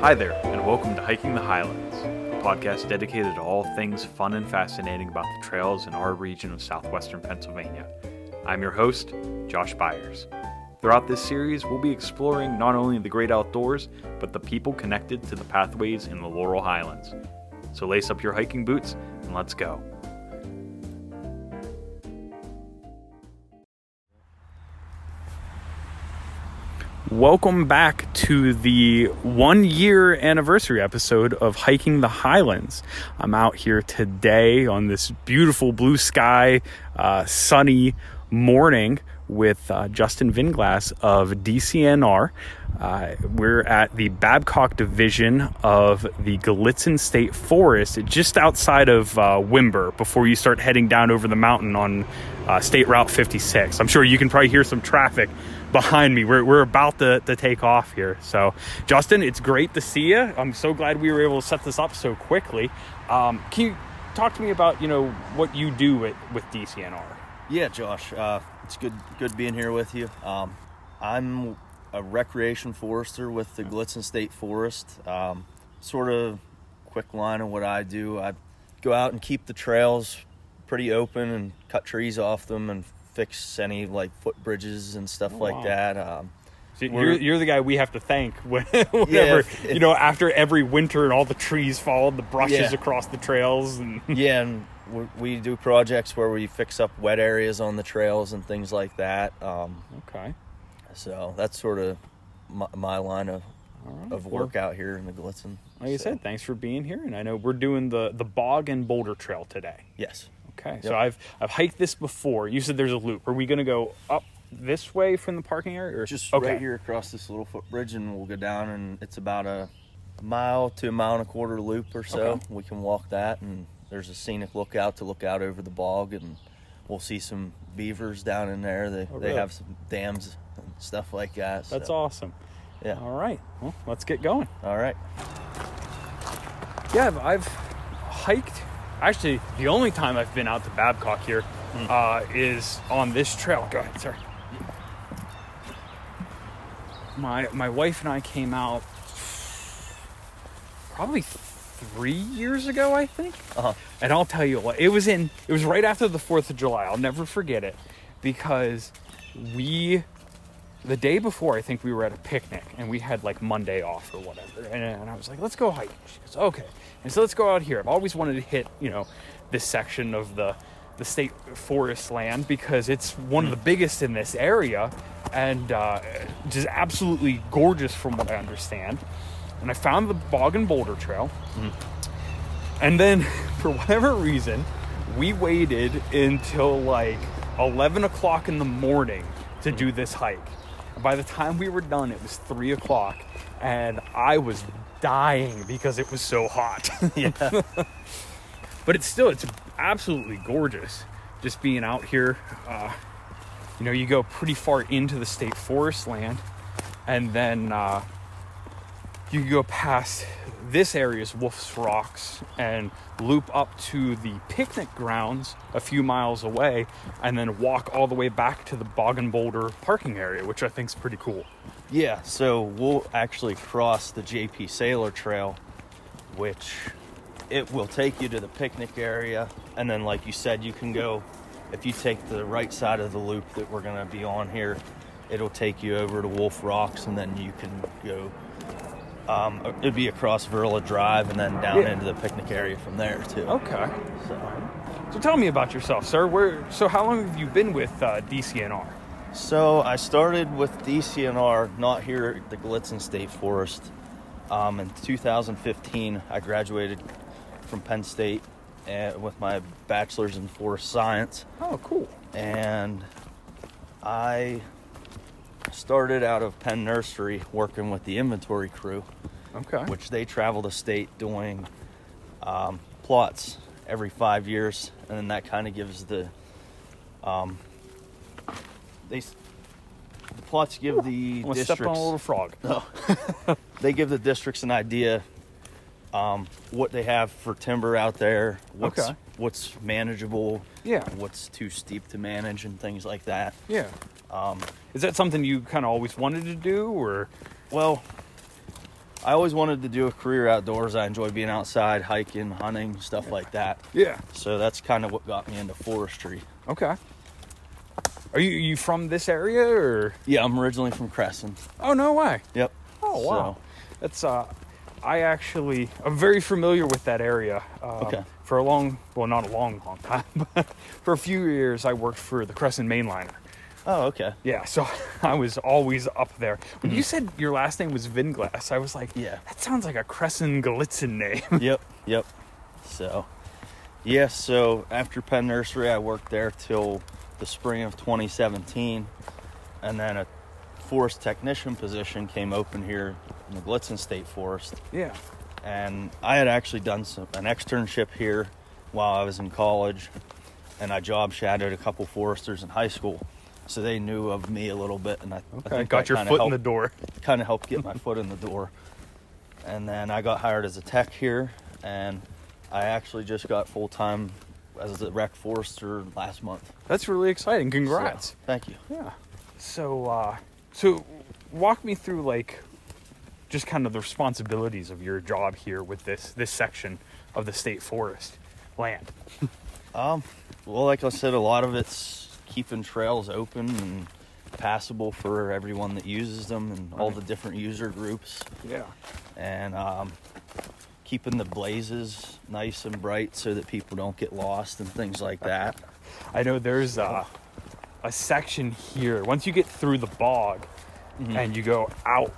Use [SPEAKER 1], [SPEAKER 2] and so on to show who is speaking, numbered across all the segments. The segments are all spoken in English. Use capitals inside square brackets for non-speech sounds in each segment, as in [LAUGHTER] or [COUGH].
[SPEAKER 1] Hi there, and welcome to Hiking the Highlands, a podcast dedicated to all things fun and fascinating about the trails in our region of southwestern Pennsylvania. I'm your host, Josh Byers. Throughout this series, we'll be exploring not only the great outdoors, but the people connected to the pathways in the Laurel Highlands. So lace up your hiking boots and let's go. Welcome back to the one year anniversary episode of Hiking the Highlands. I'm out here today on this beautiful blue sky, uh, sunny morning with uh, Justin Vinglass of DCNR. Uh, we're at the Babcock division of the Gallitzin State Forest, just outside of uh, Wimber, before you start heading down over the mountain on uh, State Route 56. I'm sure you can probably hear some traffic behind me. We're, we're about to, to take off here. So, Justin, it's great to see you. I'm so glad we were able to set this up so quickly. Um, can you talk to me about you know what you do with, with DCNR?
[SPEAKER 2] Yeah, Josh, uh, it's good good being here with you. Um, I'm a recreation forester with the Glitzen State Forest. Um, sort of quick line of what I do. I go out and keep the trails pretty open and cut trees off them and fix any like footbridges and stuff like
[SPEAKER 1] wow.
[SPEAKER 2] that. Um,
[SPEAKER 1] So you're,
[SPEAKER 2] We're-
[SPEAKER 1] you're the guy we have to thank [LAUGHS] when- whenever
[SPEAKER 2] if-
[SPEAKER 1] you know after every winter and all the trees fall, the brushes
[SPEAKER 2] Yeah.
[SPEAKER 1] across the trails, and
[SPEAKER 2] yeah, and we, we do projects where we fix up wet areas on the trails and things like that. Um,
[SPEAKER 1] okay,
[SPEAKER 2] so that's sort of my, my line of, of
[SPEAKER 1] well-
[SPEAKER 2] work out here in the Glitzen.
[SPEAKER 1] like I
[SPEAKER 2] So,
[SPEAKER 1] said, thanks for being here. And I know we're doing the the bog and boulder trail today.
[SPEAKER 2] yes.
[SPEAKER 1] Okay, so I've I've hiked this before. You said there's a loop. Are we gonna go up this way from the parking area, or
[SPEAKER 2] just
[SPEAKER 1] okay.
[SPEAKER 2] right here across this little footbridge, and we'll go down, and it's about a mile to a mile and a quarter loop or so.
[SPEAKER 1] Okay.
[SPEAKER 2] We can walk that, and there's a scenic lookout to look out over the bog, and we'll see some beavers down in there. They
[SPEAKER 1] Oh,
[SPEAKER 2] they
[SPEAKER 1] really?
[SPEAKER 2] have some dams and stuff like that.
[SPEAKER 1] That's
[SPEAKER 2] so,
[SPEAKER 1] awesome.
[SPEAKER 2] Yeah.
[SPEAKER 1] All right, well, let's get going.
[SPEAKER 2] All right.
[SPEAKER 1] Yeah, I've, I've hiked. Actually, the only time I've been out to Babcock here is uh, is on this trail. Go ahead, sorry. My my wife and I came out probably three years ago, I think.
[SPEAKER 2] Uh-huh.
[SPEAKER 1] And I'll tell you what, it was in it was right after the Fourth of July. I'll never forget it because we the day before I think we were at a picnic and we had like Monday off or whatever. And, and I was like, let's go hiking. She goes, okay. And so let's go out here. I've always wanted to hit, you know, this section of the the state forest land because it's one of the biggest in this area and uh, just absolutely gorgeous from what I understand. And I found the Bog and Boulder Trail. And then, [LAUGHS] for whatever reason, we waited until like 11 o'clock in the morning to do this hike. By the time we were done, it was 3 o'clock, and I was dying because it was so hot. [LAUGHS] but it's still, it's absolutely gorgeous just being out here. Uh, you know, you go pretty far into the state forest land, and then. Uh, you can go past this area's Wolf's Rocks and loop up to the picnic grounds a few miles away, and then walk all the way back to the Bog and Boulder parking area, which I think is pretty cool.
[SPEAKER 2] Yeah, so we'll actually cross the JP Sailor Trail, which it will take you to the picnic area. And then, like you said, you can go, if you take the right side of the loop that we're going to be on here, it'll take you over to Wolf Rocks, and then you can go. Um, it'd be across Verla Drive and then down
[SPEAKER 1] Yeah. Oh.
[SPEAKER 2] into the picnic area from there, too.
[SPEAKER 1] Okay.
[SPEAKER 2] So.
[SPEAKER 1] So tell me about yourself, sir. Where? So how long have you been with uh, DCNR?
[SPEAKER 2] So I started with DCNR, not here at the Glitzen State Forest. Um, in 2015, I graduated from Penn State uh, with my bachelor's in forest science,
[SPEAKER 1] Oh, cool.
[SPEAKER 2] and I started out of Penn Nursery working with the inventory crew,
[SPEAKER 1] Okay.
[SPEAKER 2] which they travel the state doing um, plots every five years, and then that kind of gives the um, they s- the plots give the
[SPEAKER 1] I'm gonna
[SPEAKER 2] districts
[SPEAKER 1] step on a little frog.
[SPEAKER 2] they give the districts an idea um, what they have for timber out there, what's
[SPEAKER 1] Okay.
[SPEAKER 2] what's manageable,
[SPEAKER 1] Yeah.
[SPEAKER 2] what's too steep to manage, and things like that.
[SPEAKER 1] Yeah. Um, Is that something you kind of always wanted to do, or
[SPEAKER 2] Well, I always wanted to do a career outdoors. I enjoy being outside, hiking, hunting, stuff like that.
[SPEAKER 1] Yeah.
[SPEAKER 2] So that's kind of what got me into forestry.
[SPEAKER 1] Okay. Are you you from this area or?
[SPEAKER 2] Yeah, I'm originally from Crescent.
[SPEAKER 1] Oh no way.
[SPEAKER 2] Yep.
[SPEAKER 1] Oh wow. That's uh, I actually I'm very familiar with that area. Um,
[SPEAKER 2] Okay.
[SPEAKER 1] For a long, well, not a long, long time, [LAUGHS] but for a few years, I worked for the Crescent Mainliner.
[SPEAKER 2] So, oh, okay. [LAUGHS]
[SPEAKER 1] Yeah, so [LAUGHS] I was always up there. When you said your last name was Vinglass, I was like,
[SPEAKER 2] Mm-hmm. Yeah.
[SPEAKER 1] that sounds like a Crescent Galitzin name. [LAUGHS]
[SPEAKER 2] yep, yep. So, yeah, so after Penn Nursery, I worked there till the spring of 2017. And then a forest technician position came open here in the Blitzen State Forest.
[SPEAKER 1] yeah.
[SPEAKER 2] And I had actually done some, an externship here while I was in college. And I job shadowed a couple foresters in high school. So they knew of me a little bit. And I, I
[SPEAKER 1] I
[SPEAKER 2] think
[SPEAKER 1] got your
[SPEAKER 2] kinda
[SPEAKER 1] foot in
[SPEAKER 2] helped
[SPEAKER 1] the door.
[SPEAKER 2] kind of helped get my foot in the door. And then I got hired as a tech here, and I actually just got full time as a rec forester last month.
[SPEAKER 1] That's really exciting.
[SPEAKER 2] So,
[SPEAKER 1] Congrats.
[SPEAKER 2] thank you.
[SPEAKER 1] Yeah. So, uh, so walk me through like just kind of the responsibilities of your job here with this this section of the state forest land.
[SPEAKER 2] Um, well, like I said, a lot of it's keeping trails open and passable for everyone that uses them and all the different user groups,
[SPEAKER 1] Yeah.
[SPEAKER 2] and um, keeping the blazes nice and bright so that people don't get lost and things like that.
[SPEAKER 1] I know there's a, a section here. Once you get through the bog and you go out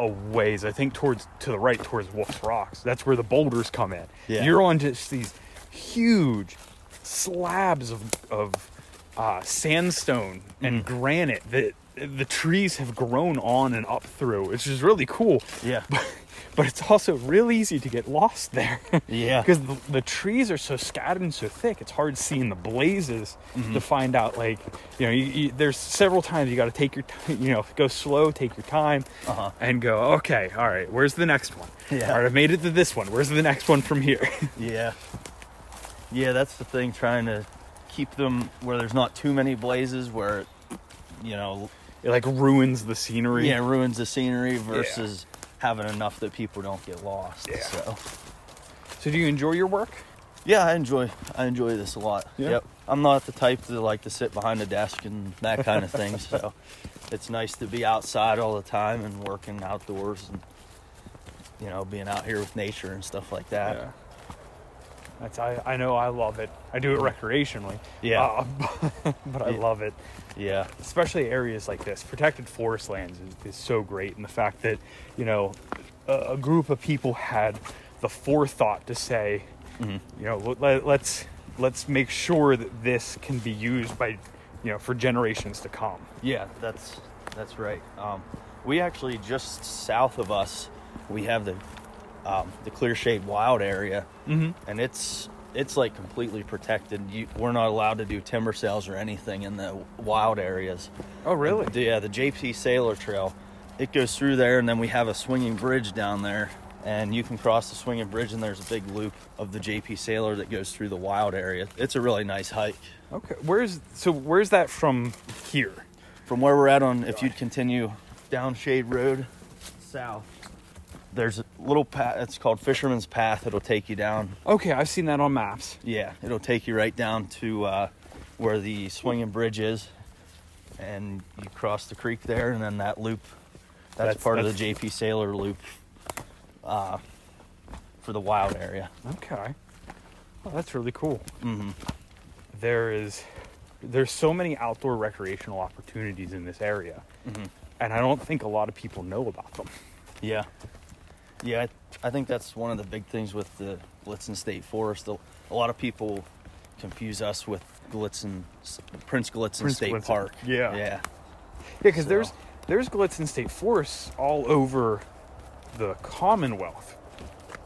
[SPEAKER 1] a ways, I think towards to the right towards Wolf's Rocks. That's where the boulders come in.
[SPEAKER 2] Yeah.
[SPEAKER 1] You're on just these huge slabs of of uh, sandstone and granite that the trees have grown on and up through, which is really cool.
[SPEAKER 2] Yeah.
[SPEAKER 1] But it's also real easy to get lost there.
[SPEAKER 2] [LAUGHS]
[SPEAKER 1] [LAUGHS]
[SPEAKER 2] [LAUGHS] Yeah.
[SPEAKER 1] Because the, the trees are so scattered and so thick, it's hard seeing the blazes
[SPEAKER 2] Mm-hmm.
[SPEAKER 1] to find out. Like, you know, you, you, there's several times you got to take your, ti- [LAUGHS] you know, go slow, take your time,
[SPEAKER 2] Uh-huh.
[SPEAKER 1] and go. Okay, all right. Where's the next one?
[SPEAKER 2] Yeah.
[SPEAKER 1] All right, I've made it to this one. Where's the next one from here? [LAUGHS]
[SPEAKER 2] Yeah. Yeah, that's the thing, trying to keep them where there's not too many blazes, where, it, you know,
[SPEAKER 1] it like ruins the scenery.
[SPEAKER 2] yeah, ruins the scenery versus having enough that people don't get lost.
[SPEAKER 1] Yeah.
[SPEAKER 2] So,
[SPEAKER 1] So do you enjoy your work?
[SPEAKER 2] yeah, I enjoy, I enjoy this a lot.
[SPEAKER 1] Yeah.
[SPEAKER 2] Yep. I'm not the type to like to sit behind a desk and that kind [LAUGHS] of thing. so it's nice to be outside all the time and working outdoors and, you know, being out here with nature and stuff like that.
[SPEAKER 1] Uh, That's I, I know I love it. I do it recreationally.
[SPEAKER 2] Mm-hmm. Yeah.
[SPEAKER 1] Uh, [LAUGHS] but, I
[SPEAKER 2] Yeah.
[SPEAKER 1] love it.
[SPEAKER 2] Yeah.
[SPEAKER 1] especially areas like this, protected forest lands is, is so great. And the fact that, you know, a, a group of people had the forethought to say, you know, let- let, let's let's make sure that this can be used by, you know, for generations to come.
[SPEAKER 2] Yeah, that's that's right. Um, we actually just south of us, we have the um, the Clear Shade Wild area, mm-hmm. and it's it's like completely protected. You, we're not allowed to do timber sales or anything in the wild areas.
[SPEAKER 1] Oh, really?
[SPEAKER 2] The- yeah, the JP Sailor Trail, it goes through there, and then we have a swinging bridge down there, and you can cross the swinging bridge, and there's a big loop of the JP Sailor that goes through the wild area. It's a really nice hike.
[SPEAKER 1] Okay. Where's so where's that from here?
[SPEAKER 2] from where we're at on if you'd continue down shade road south there's a little path it's called fisherman's path it'll take you down
[SPEAKER 1] Okay, I've seen that on maps.
[SPEAKER 2] yeah it'll take you right down to uh, where the swinging bridge is and you cross the creek there and then that loop that's,
[SPEAKER 1] That's-
[SPEAKER 2] part of
[SPEAKER 1] that's-
[SPEAKER 2] the jp sailor loop uh, for the wild area
[SPEAKER 1] Okay. Oh, that's really cool.
[SPEAKER 2] hmm
[SPEAKER 1] there is there's so many outdoor recreational opportunities in this area and i don't think a lot of people know about them
[SPEAKER 2] Yeah. Yeah, I, I think that's one of the big things with the Glitzen State Forest. A, a lot of people confuse us with Glitzen, Prince Glitzen
[SPEAKER 1] Prince
[SPEAKER 2] State
[SPEAKER 1] Glitzen,
[SPEAKER 2] Park.
[SPEAKER 1] yeah.
[SPEAKER 2] Yeah.
[SPEAKER 1] yeah because there's
[SPEAKER 2] So-
[SPEAKER 1] there's glitzen state forests all over the commonwealth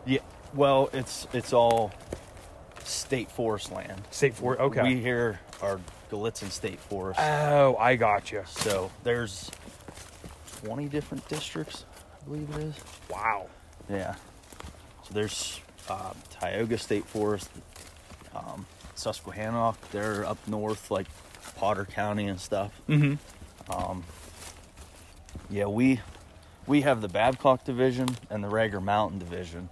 [SPEAKER 2] Yeah. Well, it's it's all state forest land.
[SPEAKER 1] state forest okay
[SPEAKER 2] We here are Glitzen State Forest.
[SPEAKER 1] oh i got you
[SPEAKER 2] so there's 20 different districts, I believe it is.
[SPEAKER 1] wow
[SPEAKER 2] Yeah. So there's um, Tioga State Forest, um, Susquehannock. They're up north, like Mm-hmm. Potter County and stuff.
[SPEAKER 1] mm-hmm
[SPEAKER 2] Um, yeah, we we have the Babcock Division and the Rager Mountain Division.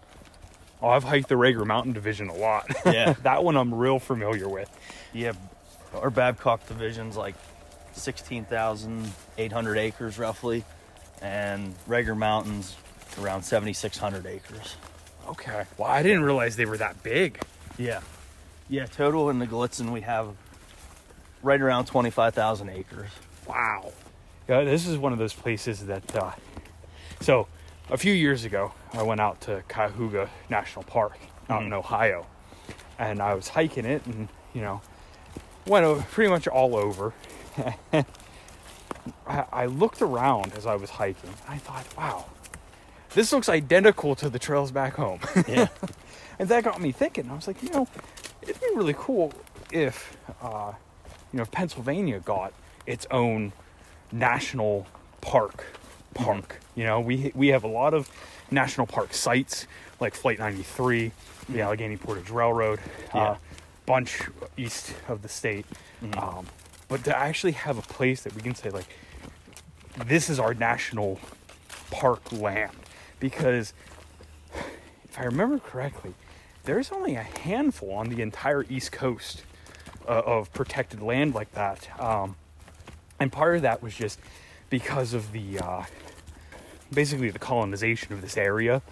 [SPEAKER 1] Oh, I've hiked the Rager Mountain Division a lot. [LAUGHS]
[SPEAKER 2] [LAUGHS] Yeah.
[SPEAKER 1] that one I'm real familiar with.
[SPEAKER 2] Yeah, our Babcock Division's like 16,800 acres roughly, and Rager Mountain's around 7,600 acres.
[SPEAKER 1] Okay. Well, I didn't realize they were that big.
[SPEAKER 2] Yeah. Yeah, total in the Gallitzin we have right around 25,000 acres.
[SPEAKER 1] Wow. Yeah, this is one of those places that. Uh, so, a few years ago, I went out to Cuyahoga National Park out in Ohio, and I was hiking it, and you know, went over, pretty much all over. [LAUGHS] I, I looked around as I was hiking. And I thought, wow, this looks identical to the trails back home.
[SPEAKER 2] Yeah.
[SPEAKER 1] and that got me thinking. I was like, you know, it'd be really cool if, uh, you know, if Pennsylvania got its own national park. Park. You know, we we have a lot of national park sites like Flight 93, the Allegheny Portage Railroad,
[SPEAKER 2] Yeah.
[SPEAKER 1] uh, bunch east of the state. Um, but to actually have a place that we can say like, this is our national park land, because if I remember correctly, there's only a handful on the entire East Coast uh, of protected land like that. Um, and part of that was just because of the uh, basically the colonization of this area.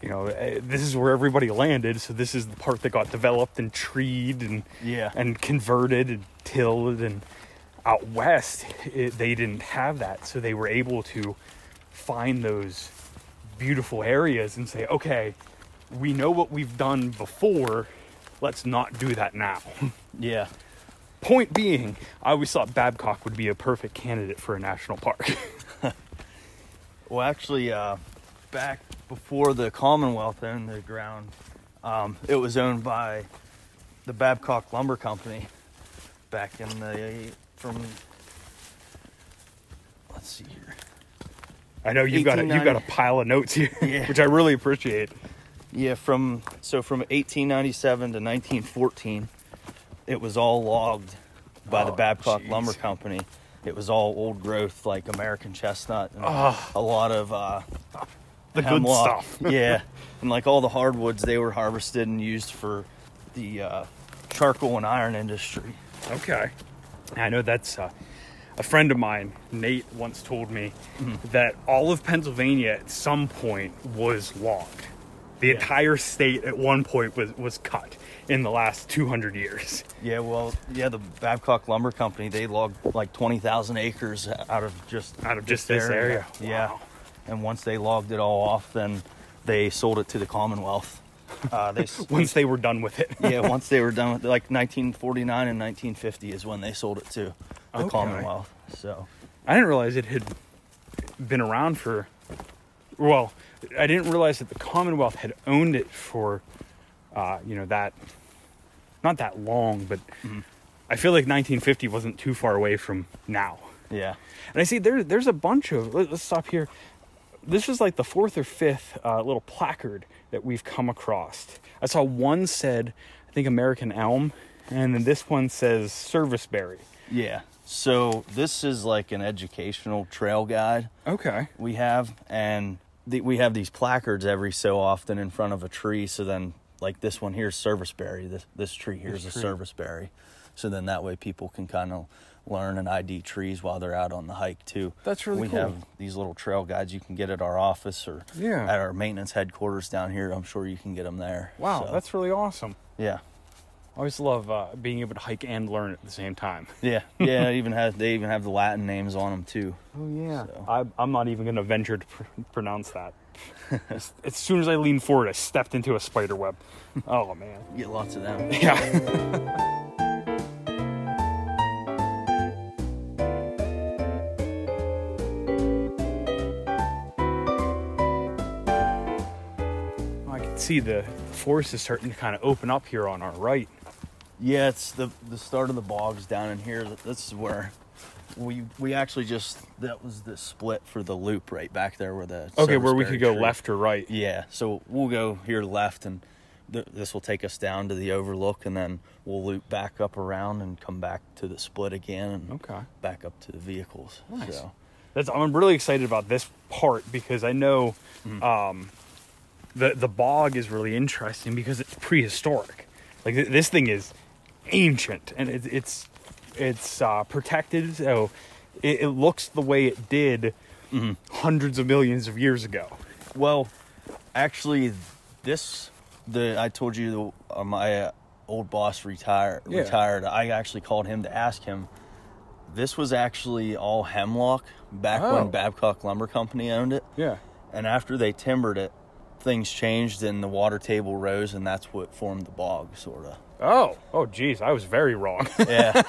[SPEAKER 1] You know, eh, this is where everybody landed, so this is the part that got developed and treed and
[SPEAKER 2] Yeah.
[SPEAKER 1] and converted and tilled and out west it, they didn't have that, so they were able to find those beautiful areas and say, okay, we know what we've done before. Let's not do that now. [LAUGHS]
[SPEAKER 2] Yeah.
[SPEAKER 1] Point being, I always thought Babcock would be a perfect candidate for a national park. [LAUGHS]
[SPEAKER 2] Well, actually, uh, back before the Commonwealth owned the ground, um, it was owned by the Babcock Lumber Company back in the from. Let's see here.
[SPEAKER 1] I know you've got a, you've got a
[SPEAKER 2] 1890.
[SPEAKER 1] pile of notes here, [LAUGHS]
[SPEAKER 2] Yeah.
[SPEAKER 1] which I really appreciate.
[SPEAKER 2] Yeah, from so from 1897 to 1914, it was all logged by the
[SPEAKER 1] Oh,
[SPEAKER 2] Babcock
[SPEAKER 1] jeez.
[SPEAKER 2] Lumber Company. It was all old growth, like American chestnut, and
[SPEAKER 1] Ah.
[SPEAKER 2] a lot of uh,
[SPEAKER 1] The
[SPEAKER 2] hemlock.
[SPEAKER 1] good
[SPEAKER 2] [LAUGHS]
[SPEAKER 1] stuff. [LAUGHS]
[SPEAKER 2] yeah, and like all the hardwoods, they were harvested and used for the uh, charcoal and iron industry.
[SPEAKER 1] Okay. I know that's uh, a friend of mine, Nate, once told me that all of Pennsylvania at some point was logged. The entire state at one point was, was cut in the last 200 years. [LAUGHS]
[SPEAKER 2] Yeah, well, yeah, the Babcock Lumber Company they logged like twenty thousand acres out of just
[SPEAKER 1] Out of just this area.
[SPEAKER 2] Yeah,
[SPEAKER 1] Wow.
[SPEAKER 2] and once they logged it all off, then they sold it to the Commonwealth.
[SPEAKER 1] [LAUGHS]
[SPEAKER 2] Uh, they s-
[SPEAKER 1] Once they were done with it.
[SPEAKER 2] yeah, once they were done with like 1949 and 1950 is when they sold it to the
[SPEAKER 1] Okay.
[SPEAKER 2] Commonwealth. So
[SPEAKER 1] I didn't realize it had been around for. Well, I didn't realize that the Commonwealth had owned it for, uh, you know, that. Not that long, but I feel like 1950 wasn't too far away from now.
[SPEAKER 2] yeah,
[SPEAKER 1] And I see there, there's a bunch of. Let, us stop here. This is like the fourth or fifth uh, little placard that we've come across. I saw one said, I think American Elm, and then this one says Serviceberry.
[SPEAKER 2] yeah. So this is like an educational trail guide.
[SPEAKER 1] Okay.
[SPEAKER 2] we have and the, we have these placards every so often in front of a tree so then like this one here's serviceberry this this tree here's a serviceberry so then that way people can kind of learn and ID trees while they're out on the hike too
[SPEAKER 1] That's really
[SPEAKER 2] we
[SPEAKER 1] cool.
[SPEAKER 2] have these little trail guides you can get at our office or
[SPEAKER 1] Yeah.
[SPEAKER 2] at our maintenance headquarters down here I'm sure you can get them there
[SPEAKER 1] Wow,
[SPEAKER 2] So,
[SPEAKER 1] that's really awesome.
[SPEAKER 2] yeah
[SPEAKER 1] I always love uh, being able to hike and learn at the same time. [LAUGHS]
[SPEAKER 2] yeah yeah it even has they even have the Latin names on them too
[SPEAKER 1] Oh yeah.
[SPEAKER 2] So-
[SPEAKER 1] I, I'm not even going to venture to pr- pronounce that. as, as soon as I leaned forward, I stepped into a spider [LAUGHS] web. Oh man.
[SPEAKER 2] get lots of them
[SPEAKER 1] Yeah. I can see the forest is starting to kind of open up here on our right.
[SPEAKER 2] Yeah, it's the the start of the bogs down in here. This is where we we actually just that was the split for the loop right back there where the
[SPEAKER 1] Okay, where we
[SPEAKER 2] serviceberry
[SPEAKER 1] could go
[SPEAKER 2] tree-
[SPEAKER 1] left or right.
[SPEAKER 2] Yeah, so we'll go here left, and th- this will take us down to the overlook, and then we'll loop back up around and come back to the split again, and
[SPEAKER 1] Okay.
[SPEAKER 2] back up to the vehicles.
[SPEAKER 1] Nice.
[SPEAKER 2] So
[SPEAKER 1] that's I'm really excited about this part because I know
[SPEAKER 2] Mm-hmm.
[SPEAKER 1] um, the the bog is really interesting because it's prehistoric. Like th- this thing is ancient and it, it's it's uh, protected, so it, it looks the way it did
[SPEAKER 2] Mm-hmm.
[SPEAKER 1] hundreds of millions of years ago.
[SPEAKER 2] Well, actually, this the I told you the, uh, my uh, old boss retired.
[SPEAKER 1] Yeah.
[SPEAKER 2] Retired. I actually called him to ask him. This was actually all hemlock back
[SPEAKER 1] Oh.
[SPEAKER 2] when Babcock Lumber Company owned it,
[SPEAKER 1] Yeah.
[SPEAKER 2] and after they timbered it, things changed and the water table rose, and that's what formed the bog, sort
[SPEAKER 1] [LAUGHS]
[SPEAKER 2] of.
[SPEAKER 1] Oh, oh, geez, I was very
[SPEAKER 2] [LAUGHS]
[SPEAKER 1] wrong. [LAUGHS]
[SPEAKER 2] Yeah,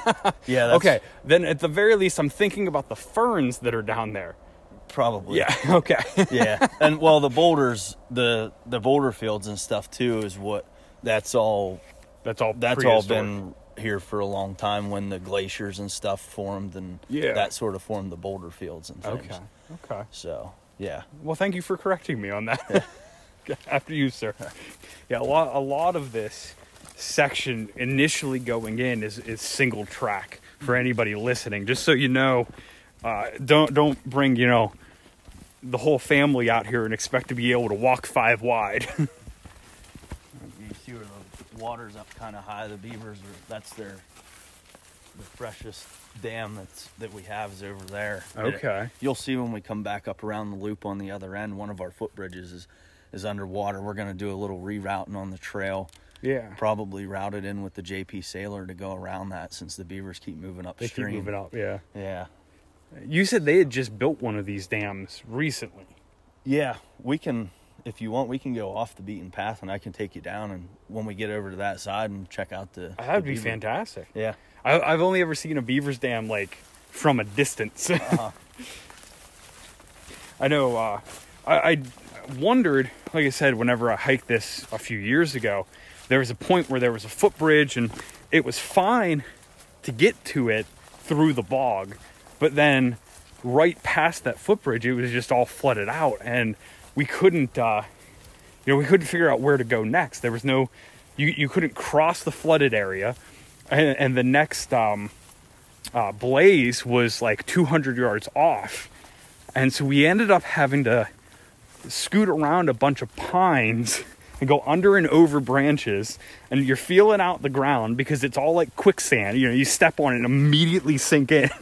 [SPEAKER 2] yeah. That's
[SPEAKER 1] okay, then at the very least, I'm thinking about the ferns that are down there.
[SPEAKER 2] probably.
[SPEAKER 1] Yeah. [LAUGHS] Okay.
[SPEAKER 2] [LAUGHS] yeah, and well, the boulders, the the boulder fields and stuff too, is what that's all
[SPEAKER 1] That's all.
[SPEAKER 2] that's all
[SPEAKER 1] prehistoric.
[SPEAKER 2] been here for a long time when the glaciers and stuff formed and
[SPEAKER 1] Yeah.
[SPEAKER 2] that sort of formed the boulder fields and things.
[SPEAKER 1] Okay. Okay.
[SPEAKER 2] So yeah.
[SPEAKER 1] Well, thank you for correcting me on [LAUGHS] that. After you, sir. Yeah, a lot, a lot of this section initially going in is, is single track for anybody listening. Just so you know, uh, don't don't bring you know the whole family out here and expect to be able to walk five wide. [LAUGHS]
[SPEAKER 2] You see where the water's up kinda high, the beavers are that's their the freshest dam that's that we have is over there.
[SPEAKER 1] Okay.
[SPEAKER 2] You'll see when we come back up around the loop on the other end, one of our footbridges is is underwater. We're gonna do a little rerouting on the trail.
[SPEAKER 1] yeah.
[SPEAKER 2] Probably routed in with the JP Sailor to go around that since the beavers keep moving
[SPEAKER 1] They keep
[SPEAKER 2] upstream.
[SPEAKER 1] moving up. Yeah.
[SPEAKER 2] Yeah.
[SPEAKER 1] You said they had just built one of these dams recently.
[SPEAKER 2] Yeah, we can. If you want, we can go off the beaten path, and I can take you down. And when we get over to that side and check out the,
[SPEAKER 1] That would
[SPEAKER 2] the
[SPEAKER 1] be
[SPEAKER 2] beaver.
[SPEAKER 1] fantastic.
[SPEAKER 2] Yeah,
[SPEAKER 1] I, I've only ever seen a beaver's dam like from a distance. [LAUGHS] I know. Uh, I, I wondered, like I said, whenever I hiked this a few years ago, there was a point where there was a footbridge, and it was fine to get to it through the bog, but then right past that footbridge, it was just all flooded out, and we couldn't. Uh, you know, we couldn't figure out where to go next. There was no, you, you couldn't cross the flooded area. And, and the next um, uh, blaze was like 200 yards off. And so we ended up having to scoot around a bunch of pines and go under and over branches. And you're feeling out the ground because it's all like quicksand. You know, you step on it and immediately sink in. [LAUGHS]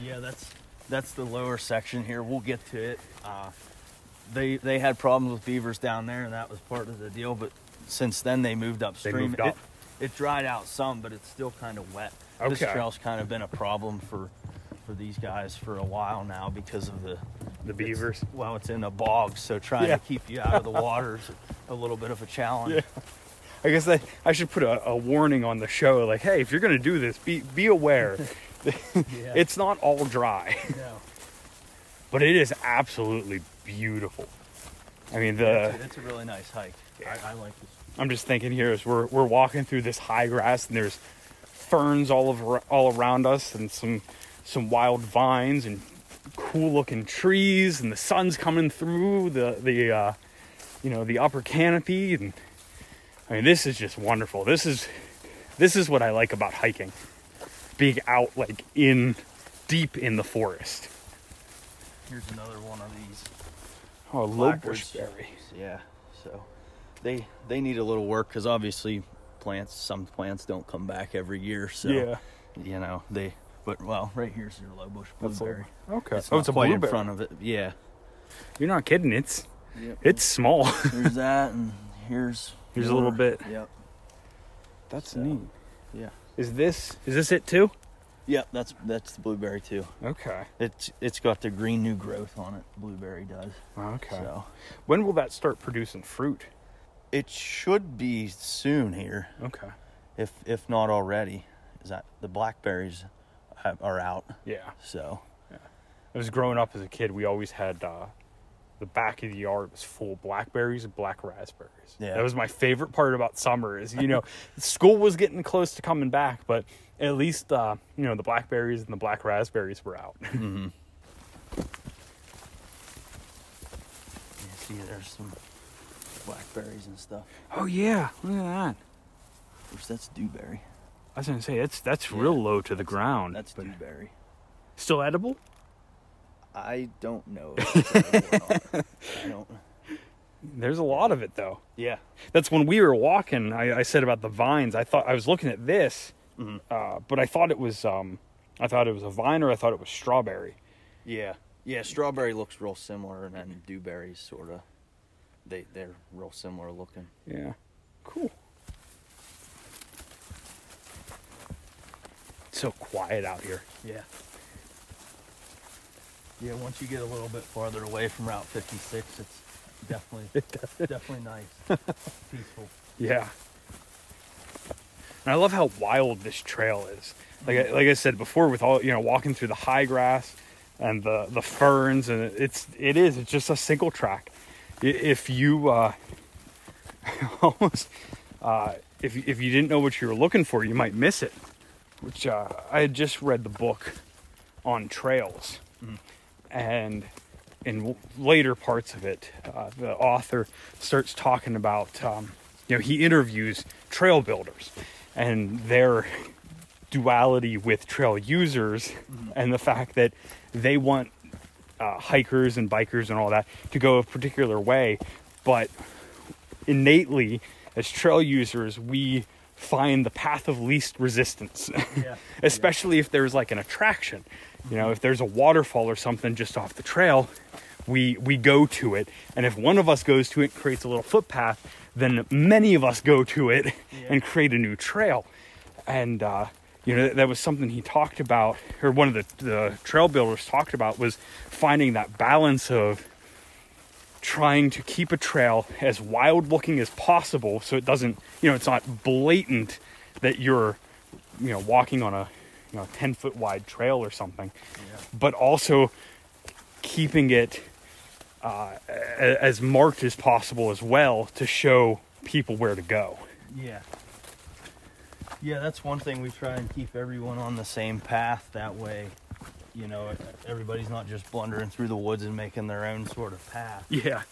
[SPEAKER 2] yeah, that's that's the lower section here. We'll get to it. Uh, they they had problems with beavers down there, and that was part of the deal. But since then, they moved upstream.
[SPEAKER 1] moved up.
[SPEAKER 2] It, it dried out some, but it's still kind of wet. This
[SPEAKER 1] Okay.
[SPEAKER 2] trail's kind of been a problem for for these guys for a while now because of the
[SPEAKER 1] the
[SPEAKER 2] It's-
[SPEAKER 1] beavers.
[SPEAKER 2] well, it's in a bog, so trying
[SPEAKER 1] Yeah.
[SPEAKER 2] to keep you out of the water is a little bit of a challenge. [LAUGHS]
[SPEAKER 1] I guess I, I should put a, a warning on the show like, hey, if you're going to do this, be, be aware.
[SPEAKER 2] Yeah.
[SPEAKER 1] It's not all dry. [LAUGHS]
[SPEAKER 2] no,
[SPEAKER 1] but it is absolutely beautiful. I mean, the
[SPEAKER 2] it's, a, it's a really nice hike. I, I like this.
[SPEAKER 1] I'm just thinking here as we're we're walking through this high grass and there's ferns all over all around us and some some wild vines and cool looking trees and the sun's coming through the the uh, you know the upper canopy and I mean this is just wonderful. This is this is what I like about hiking, being out like in deep in the forest.
[SPEAKER 2] Here's another one of these
[SPEAKER 1] Oh, low
[SPEAKER 2] blackbirds.
[SPEAKER 1] bushberry.
[SPEAKER 2] Yeah, so they they need a little work because obviously plants some plants don't come back every year. So
[SPEAKER 1] Yeah.
[SPEAKER 2] you know they. But well, right here's your low bush
[SPEAKER 1] That's a-
[SPEAKER 2] blueberry.
[SPEAKER 1] Okay.
[SPEAKER 2] It's not quite in front of it. Yeah.
[SPEAKER 1] You're not kidding. It's it's [LAUGHS] small.
[SPEAKER 2] There's that, and here's
[SPEAKER 1] Here's a little
[SPEAKER 2] more.
[SPEAKER 1] bit.
[SPEAKER 2] Yep.
[SPEAKER 1] That's
[SPEAKER 2] So- neat. Yeah.
[SPEAKER 1] Is this is this it too?
[SPEAKER 2] Yep. That's that's the blueberry too.
[SPEAKER 1] Okay.
[SPEAKER 2] It's it's got the green new growth on it. Blueberry does.
[SPEAKER 1] Okay.
[SPEAKER 2] So
[SPEAKER 1] When will that start producing fruit?
[SPEAKER 2] it should be soon here,
[SPEAKER 1] Okay.
[SPEAKER 2] if if not already. Is that the blackberries ha- are out?
[SPEAKER 1] Yeah.
[SPEAKER 2] So
[SPEAKER 1] I was growing up as a kid. We always had uh, the back of the yard was full of blackberries and black raspberries.
[SPEAKER 2] Yeah.
[SPEAKER 1] That was my favorite part about summer. Is you know, [LAUGHS] school was getting close to coming back, but at least uh, you know the blackberries and the black raspberries were out.
[SPEAKER 2] you see, there's some blackberries and stuff.
[SPEAKER 1] oh yeah, look at that.
[SPEAKER 2] Of course, that's dewberry.
[SPEAKER 1] I was gonna say that's that's
[SPEAKER 2] Yeah,
[SPEAKER 1] real low to the ground.
[SPEAKER 2] That's dewberry.
[SPEAKER 1] Still edible?
[SPEAKER 2] I don't know. If it's [LAUGHS] edible or not. I don't.
[SPEAKER 1] There's a lot of it though.
[SPEAKER 2] Yeah.
[SPEAKER 1] That's when we were walking. I, I said about the vines. I thought I was looking at this, uh, but I thought it was um, I thought it was a vine or I thought it was strawberry.
[SPEAKER 2] Yeah. Yeah. Strawberry looks real similar, and then dewberries sort of. They they're real similar looking.
[SPEAKER 1] Yeah. Cool. It's so quiet out here.
[SPEAKER 2] Yeah. Yeah. Once you get a little bit farther away from Route 56, it's definitely definitely nice, peaceful.
[SPEAKER 1] Yeah. And I love how wild this trail is. Like I, like I said before, with all you know, walking through the high grass and the the ferns, and it's it is it's just a single track. I- If you uh, [LAUGHS] almost uh, if if you didn't know what you were looking for, you might miss it. Which uh, I had just read the book on trails, and in w- later parts of it, uh, the author starts talking about, um, you know, he interviews trail builders and their duality with trail users and the fact that they want uh, hikers and bikers and all that to go a particular way, but innately, as trail users, we find the path of least resistance
[SPEAKER 2] Yeah.
[SPEAKER 1] [LAUGHS] especially if there's like an attraction you know if there's a waterfall or something just off the trail we we go to it and if one of us goes to it creates a little footpath then many of us go to it and create a new trail and uh you know that, that was something he talked about or one of the the trail builders talked about was finding that balance of trying to keep a trail as wild looking as possible so it doesn't you know it's not blatant that you're you know walking on a you know 10 foot wide trail or something but also keeping it uh, a- as marked as possible as well to show people where to go
[SPEAKER 2] Yeah. Yeah, that's one thing we try and keep everyone on the same path. That way, you know, everybody's not just blundering through the woods and making their own sort of path.
[SPEAKER 1] yeah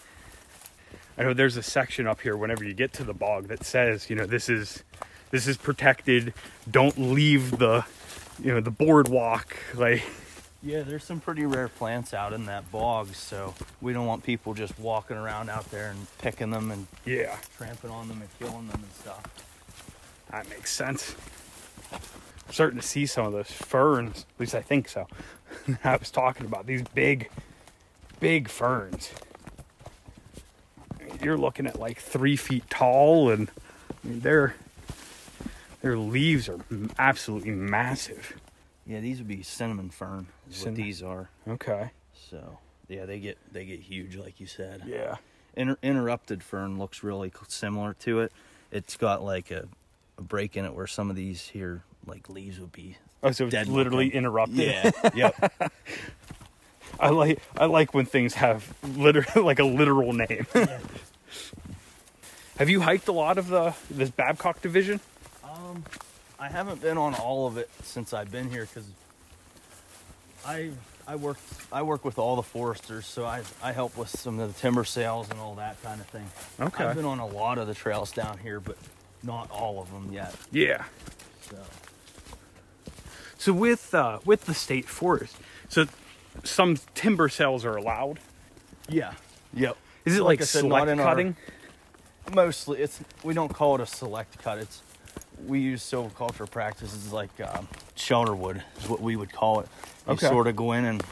[SPEAKER 1] i know there's a section up here whenever you get to the bog that says you know this is this is protected don't leave the you know the boardwalk like
[SPEAKER 2] Yeah, there's some pretty rare plants out in that bog, so we don't want people just walking around out there and picking them and
[SPEAKER 1] yeah
[SPEAKER 2] tramping on them and killing them and stuff.
[SPEAKER 1] That makes sense. I'm starting to see some of those ferns. At least I think so. [LAUGHS] I was talking about these big, big ferns. You're looking at like three feet tall, and I mean, their their leaves are m- absolutely massive.
[SPEAKER 2] Yeah, these would be cinnamon fern. Is
[SPEAKER 1] Cinnamon.
[SPEAKER 2] what these are.
[SPEAKER 1] Okay.
[SPEAKER 2] So, yeah, they get they get huge like you said.
[SPEAKER 1] Yeah.
[SPEAKER 2] Inter- interrupted fern looks really cl- similar to it. It's got like a, a break in it where some of these here like leaves would be.
[SPEAKER 1] Oh, so it's
[SPEAKER 2] Dead
[SPEAKER 1] literally
[SPEAKER 2] looking.
[SPEAKER 1] interrupted. [LAUGHS]
[SPEAKER 2] Yeah. yep.
[SPEAKER 1] I like I like when things have liter- [LAUGHS] like a literal name. [LAUGHS] have you hiked a lot of the this Babcock division?
[SPEAKER 2] Um, I haven't been on all of it since I've been here because I I work I work with all the foresters, so I I help with some of the timber sales and all that kind of thing.
[SPEAKER 1] Okay.
[SPEAKER 2] I've been on a lot of the trails down here, but not all of them yet.
[SPEAKER 1] Yeah.
[SPEAKER 2] So
[SPEAKER 1] So with uh, with the state forest, so some timber sales are allowed.
[SPEAKER 2] yeah. Yep.
[SPEAKER 1] Is it like,
[SPEAKER 2] Like I said,
[SPEAKER 1] select
[SPEAKER 2] not in our-
[SPEAKER 1] cutting?
[SPEAKER 2] mostly it's we don't call it a select cut it's we use silviculture practices like um, shelterwood is what we would call it you
[SPEAKER 1] Okay.
[SPEAKER 2] sort of go in and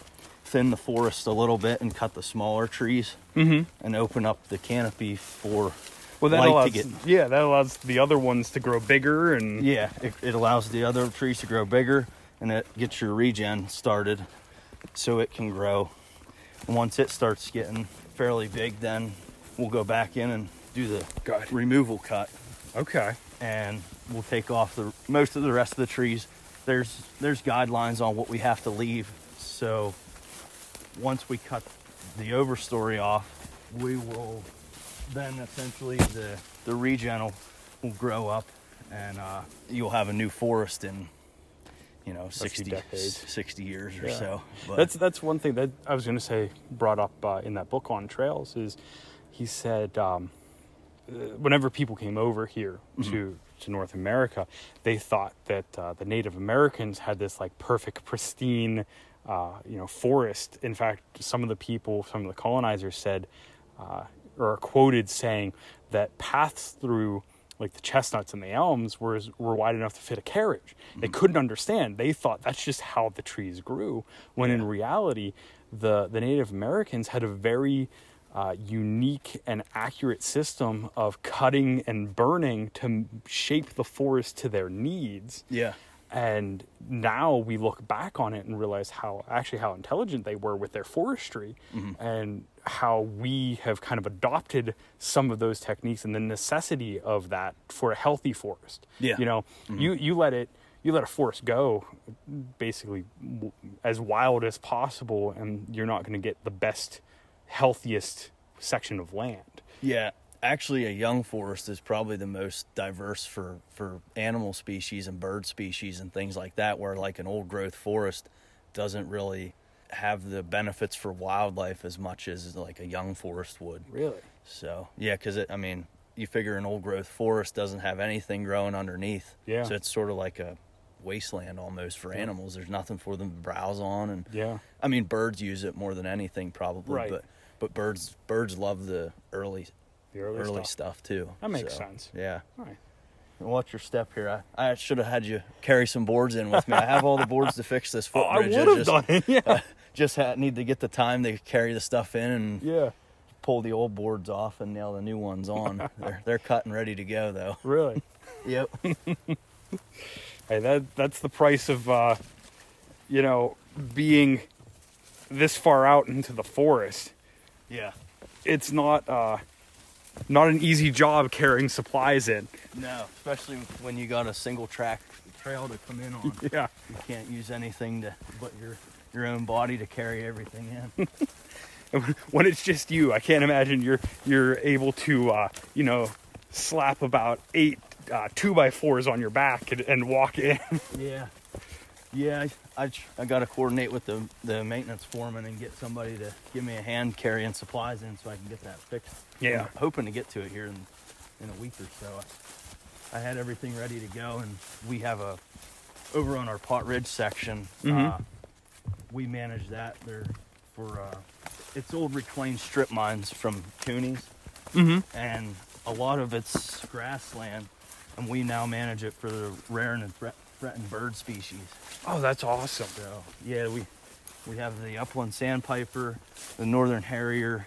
[SPEAKER 2] thin the forest a little bit and cut the smaller trees and open up the canopy for
[SPEAKER 1] Mm-hmm. Well, that
[SPEAKER 2] light
[SPEAKER 1] allows
[SPEAKER 2] to get
[SPEAKER 1] yeah, that allows the other ones to grow bigger and
[SPEAKER 2] yeah it, it allows the other trees to grow bigger and it gets your regen started so it can grow and once it starts getting fairly big then we'll go back in and do the
[SPEAKER 1] Good.
[SPEAKER 2] removal cut
[SPEAKER 1] okay,
[SPEAKER 2] and we'll take off the most of the rest of the trees. There's there's guidelines on what we have to leave. So once we cut the overstory off, we will then essentially the the regen will, will grow up and uh, you'll have a new forest in you know 60
[SPEAKER 1] decades.
[SPEAKER 2] 60 years or
[SPEAKER 1] Yeah.
[SPEAKER 2] so. But
[SPEAKER 1] that's that's one thing that I was going to say brought up uh, in that book on trails is he said um, uh, whenever people came over here to to North America, they thought that uh, the Native Americans had this like perfect pristine uh, you know, forest. In fact, some of the people, some of the colonizers said, uh, or are quoted saying that paths through like the chestnuts and the elms were were wide enough to fit a carriage. They couldn't understand. They thought that's just how the trees grew. When in reality, the the Native Americans had a very uh, unique and accurate system of cutting and burning to m- shape the forest to their needs
[SPEAKER 2] Yeah.
[SPEAKER 1] and now we look back on it and realize how actually how intelligent they were with their forestry
[SPEAKER 2] Mm-hmm.
[SPEAKER 1] and how we have kind of adopted some of those techniques and the necessity of that for a healthy forest
[SPEAKER 2] Yeah. Mm-hmm.
[SPEAKER 1] you know you you let it you let a forest go basically w- as wild as possible and you're not going to get the best healthiest section of land
[SPEAKER 2] Yeah, actually, a young forest is probably the most diverse for for animal species and bird species and things like that. Where like an old growth forest doesn't really have the benefits for wildlife as much as like a young forest would.
[SPEAKER 1] really
[SPEAKER 2] So yeah, because I mean, you figure an old growth forest doesn't have anything growing underneath.
[SPEAKER 1] Yeah.
[SPEAKER 2] So it's sort of like a wasteland almost for animals. There's nothing for them to browse on and
[SPEAKER 1] yeah
[SPEAKER 2] I mean, birds use it more than anything, probably.
[SPEAKER 1] Right.
[SPEAKER 2] But but birds birds love the early
[SPEAKER 1] the early,
[SPEAKER 2] early
[SPEAKER 1] stuff.
[SPEAKER 2] stuff. too.
[SPEAKER 1] That makes sense.
[SPEAKER 2] Yeah.
[SPEAKER 1] All right.
[SPEAKER 2] Watch your step here. I, I should have had you carry some boards in with me. I have all the boards to fix this
[SPEAKER 1] [LAUGHS] Oh, i
[SPEAKER 2] footbridge.
[SPEAKER 1] would
[SPEAKER 2] just,
[SPEAKER 1] have done it [LAUGHS] yeah
[SPEAKER 2] Just ha need to get the time to carry the stuff in and
[SPEAKER 1] yeah
[SPEAKER 2] pull the old boards off and nail the new ones
[SPEAKER 1] [LAUGHS]
[SPEAKER 2] on. they're they're cut and ready to go though.
[SPEAKER 1] really
[SPEAKER 2] Yep. [LAUGHS]
[SPEAKER 1] Hey, that that's the price of uh, you know being this far out into the forest.
[SPEAKER 2] yeah.
[SPEAKER 1] It's not uh, not an easy job carrying supplies in. [LAUGHS]
[SPEAKER 2] No, especially when you got a single track trail to come in on.
[SPEAKER 1] Yeah,
[SPEAKER 2] you can't use anything to but your your own body to carry everything in.
[SPEAKER 1] when it's just you, I can't imagine you're you're able to uh, you know slap about eight uh, two by fours on your back and, and walk in. [LAUGHS]
[SPEAKER 2] Yeah. Yeah, I, I, tr- I got to coordinate with the, the maintenance foreman and get somebody to give me a hand carrying supplies in so I can get that fixed.
[SPEAKER 1] Yeah.
[SPEAKER 2] I'm hoping to get to it here in, in a week or so. I, I had everything ready to go, and we have a, over on our Pot Ridge section, uh,
[SPEAKER 1] Mhm.
[SPEAKER 2] we manage that there for, uh, it's old reclaimed strip mines from Cooney's
[SPEAKER 1] Mm-hmm.
[SPEAKER 2] and a lot of it's grassland, and we now manage it for the rare and thre- threatened bird species.
[SPEAKER 1] Oh, that's awesome.
[SPEAKER 2] So yeah, we we have the upland sandpiper, the northern harrier,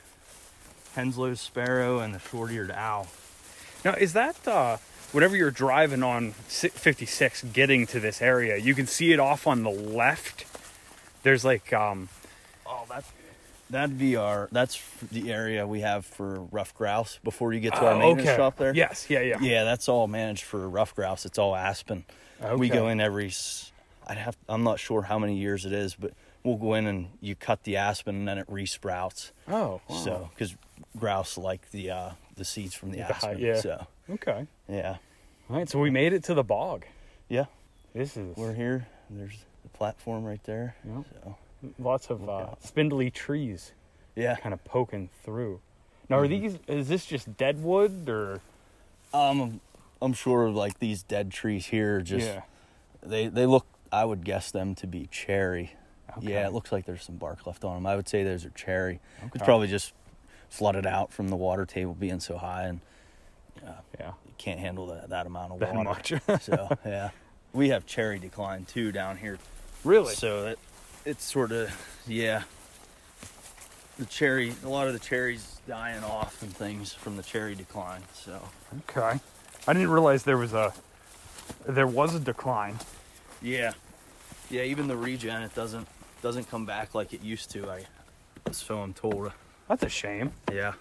[SPEAKER 2] Henslow's sparrow, and the short-eared owl.
[SPEAKER 1] Now, is that uh, whenever you're driving on si- 56 getting to this area, you can see it off on the left? There's like, um,
[SPEAKER 2] Oh, that's that'd be our that's the area we have for rough grouse before you get to our
[SPEAKER 1] Oh,
[SPEAKER 2] maintenance shop there.
[SPEAKER 1] Yes, yeah, yeah.
[SPEAKER 2] Yeah, that's all managed for rough grouse. It's all aspen. We
[SPEAKER 1] Okay.
[SPEAKER 2] go in every. s- I'd have. I'm not sure how many years it is, but we'll go in and you cut the aspen and then it resprouts.
[SPEAKER 1] Oh, wow.
[SPEAKER 2] So because grouse like the uh, the seeds from the
[SPEAKER 1] The hi-
[SPEAKER 2] aspen.
[SPEAKER 1] yeah.
[SPEAKER 2] So
[SPEAKER 1] okay.
[SPEAKER 2] yeah,
[SPEAKER 1] All right, so we made it to the bog.
[SPEAKER 2] yeah.
[SPEAKER 1] This is
[SPEAKER 2] We're here. There's the platform right there.
[SPEAKER 1] Yep.
[SPEAKER 2] So
[SPEAKER 1] lots of uh, spindly trees
[SPEAKER 2] yeah.
[SPEAKER 1] kind of poking through. Now, are these, is this just dead wood or?
[SPEAKER 2] Um, I'm sure like these dead trees here are just
[SPEAKER 1] yeah.
[SPEAKER 2] they they look. I would guess them to be cherry.
[SPEAKER 1] Okay.
[SPEAKER 2] Yeah, it looks like there's some bark left on them. I would say those are cherry. It's
[SPEAKER 1] Okay.
[SPEAKER 2] probably just flooded out from the water table being so high and
[SPEAKER 1] Yeah.
[SPEAKER 2] you can't handle that, that amount of
[SPEAKER 1] That
[SPEAKER 2] water.
[SPEAKER 1] much. [LAUGHS]
[SPEAKER 2] so yeah, we have cherry decline too down here.
[SPEAKER 1] [LAUGHS] Really?
[SPEAKER 2] So that it's sort of yeah. The cherry, a lot of the cherries dying off and things from the cherry decline. So
[SPEAKER 1] okay. I didn't realize there was a, there was a decline.
[SPEAKER 2] yeah, yeah. Even the regen, it doesn't doesn't come back like it used to. I so I'm told.
[SPEAKER 1] That's a shame.
[SPEAKER 2] Yeah.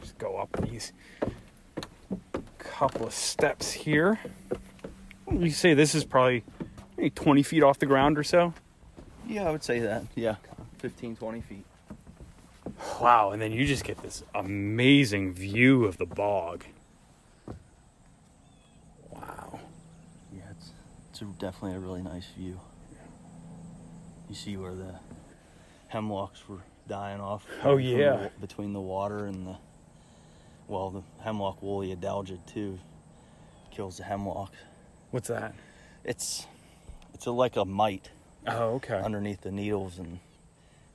[SPEAKER 1] just go up these couple of steps here. You say this is probably maybe 20 feet off the ground or so.
[SPEAKER 2] Yeah, I would say that. Yeah. 15, 20 feet.
[SPEAKER 1] Wow, and then you just get this amazing view of the bog. Wow.
[SPEAKER 2] Yeah, it's, it's a, definitely a really nice view. You see where the hemlocks were dying off.
[SPEAKER 1] Oh,
[SPEAKER 2] from the
[SPEAKER 1] yeah.
[SPEAKER 2] wa- between the water and the, well, the hemlock woolly adelgid too kills the hemlock.
[SPEAKER 1] What's that?
[SPEAKER 2] It's, It's a, like a mite
[SPEAKER 1] Oh, okay.
[SPEAKER 2] underneath the needles, and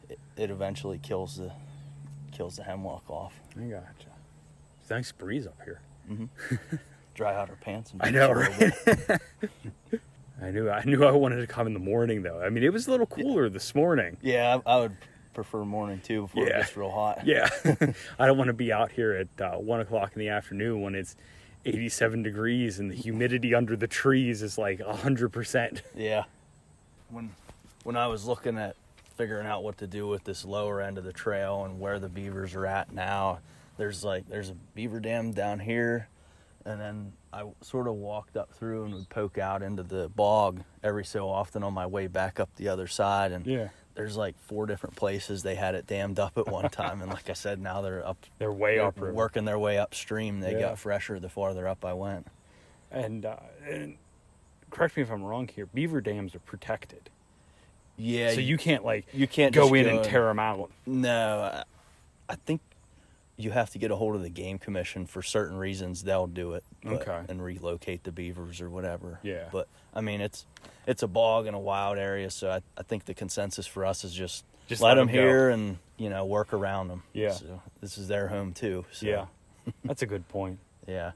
[SPEAKER 2] it, it eventually kills the kills the hemlock off.
[SPEAKER 1] I gotcha. It's a nice breeze up here.
[SPEAKER 2] Dry out our pants. And
[SPEAKER 1] I know, right? I knew I knew I wanted to come in the morning though. I mean, it was a little cooler this morning.
[SPEAKER 2] Yeah, I, I would prefer morning too before
[SPEAKER 1] Yeah.
[SPEAKER 2] it gets real hot.
[SPEAKER 1] [LAUGHS] Yeah, I don't want to be out here at uh, one o'clock in the afternoon when it's 87 degrees and the humidity under the trees is like 100 percent. [LAUGHS]
[SPEAKER 2] Yeah. When when I was looking at figuring out what to do with this lower end of the trail and where the beavers are at now, there's like there's a beaver dam down here and then I sort of walked up through and would poke out into the bog every so often on my way back up the other side and
[SPEAKER 1] Yeah.
[SPEAKER 2] there's like four different places they had it dammed up at one time and like I said now they're up
[SPEAKER 1] They're way
[SPEAKER 2] they're
[SPEAKER 1] up
[SPEAKER 2] working their way upstream. They
[SPEAKER 1] Yeah.
[SPEAKER 2] got fresher the farther up I went.
[SPEAKER 1] and, uh, and correct me if I'm wrong here. Beaver dams are protected,
[SPEAKER 2] Yeah.
[SPEAKER 1] so you can't like
[SPEAKER 2] you can't
[SPEAKER 1] go
[SPEAKER 2] just
[SPEAKER 1] in
[SPEAKER 2] go
[SPEAKER 1] and
[SPEAKER 2] and-
[SPEAKER 1] tear them out.
[SPEAKER 2] [LAUGHS] No, I, I think you have to get a hold of the game commission for certain reasons. They'll do it, but-
[SPEAKER 1] Okay.
[SPEAKER 2] and relocate the beavers or whatever.
[SPEAKER 1] Yeah.
[SPEAKER 2] but I mean it's it's a bog and a wild area, so I, I think the consensus for us is just
[SPEAKER 1] Just
[SPEAKER 2] let,
[SPEAKER 1] let
[SPEAKER 2] them
[SPEAKER 1] 'em go.
[SPEAKER 2] here and you know work around them.
[SPEAKER 1] Yeah.
[SPEAKER 2] so this is their home too. So,
[SPEAKER 1] Yeah, that's a good point.
[SPEAKER 2] yeah,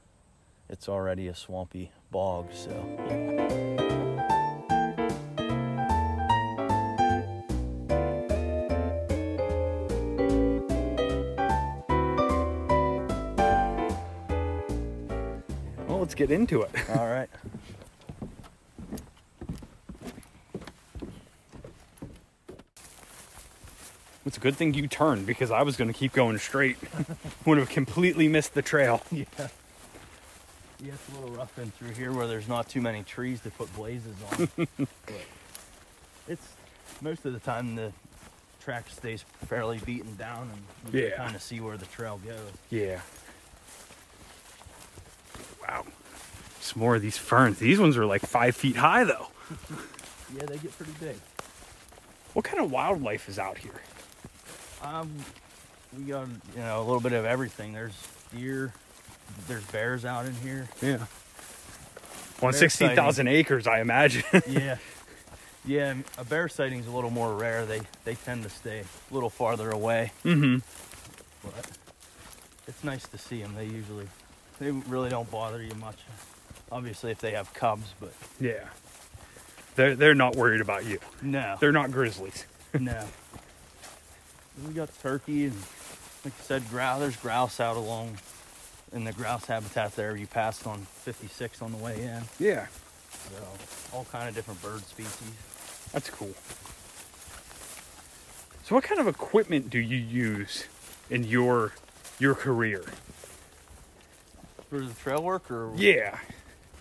[SPEAKER 2] it's already a swampy bog, so
[SPEAKER 1] Well, let's get into it. [LAUGHS]
[SPEAKER 2] all right.
[SPEAKER 1] It's a good thing you turned because I was going to keep going straight. [LAUGHS] Would have completely missed the trail. [LAUGHS]
[SPEAKER 2] Yeah. Yeah, it's a little rough in through here where there's not too many trees to put blazes on. but it's most of the time the track stays fairly beaten down and you
[SPEAKER 1] Yeah.
[SPEAKER 2] can kind of see where the trail goes.
[SPEAKER 1] Yeah. Wow. Some more of these ferns. These ones are like five feet high, though.
[SPEAKER 2] Yeah, they get pretty big.
[SPEAKER 1] What kind of wildlife is out here?
[SPEAKER 2] Um, we got you know a little bit of everything. There's deer, there's bears out in here.
[SPEAKER 1] Yeah. On
[SPEAKER 2] Bear
[SPEAKER 1] 16,000 acres, I imagine. [LAUGHS]
[SPEAKER 2] yeah. Yeah, and a bear sighting's a little more rare. They they tend to stay a little farther away. Mm-hmm. But it's nice to see them. They usually, they really don't bother you much. Obviously, if they have cubs, but
[SPEAKER 1] yeah. They're, they're not worried about you.
[SPEAKER 2] no,
[SPEAKER 1] [LAUGHS] They're not grizzlies.
[SPEAKER 2] no. We got turkey and, like I said, grouse. There's grouse out along in the grouse habitat there. You passed on 56 on the way in,
[SPEAKER 1] Yeah.
[SPEAKER 2] so all kind of different bird species.
[SPEAKER 1] That's cool. So what kind of equipment do you use in your your career?
[SPEAKER 2] For the trail work or
[SPEAKER 1] Yeah.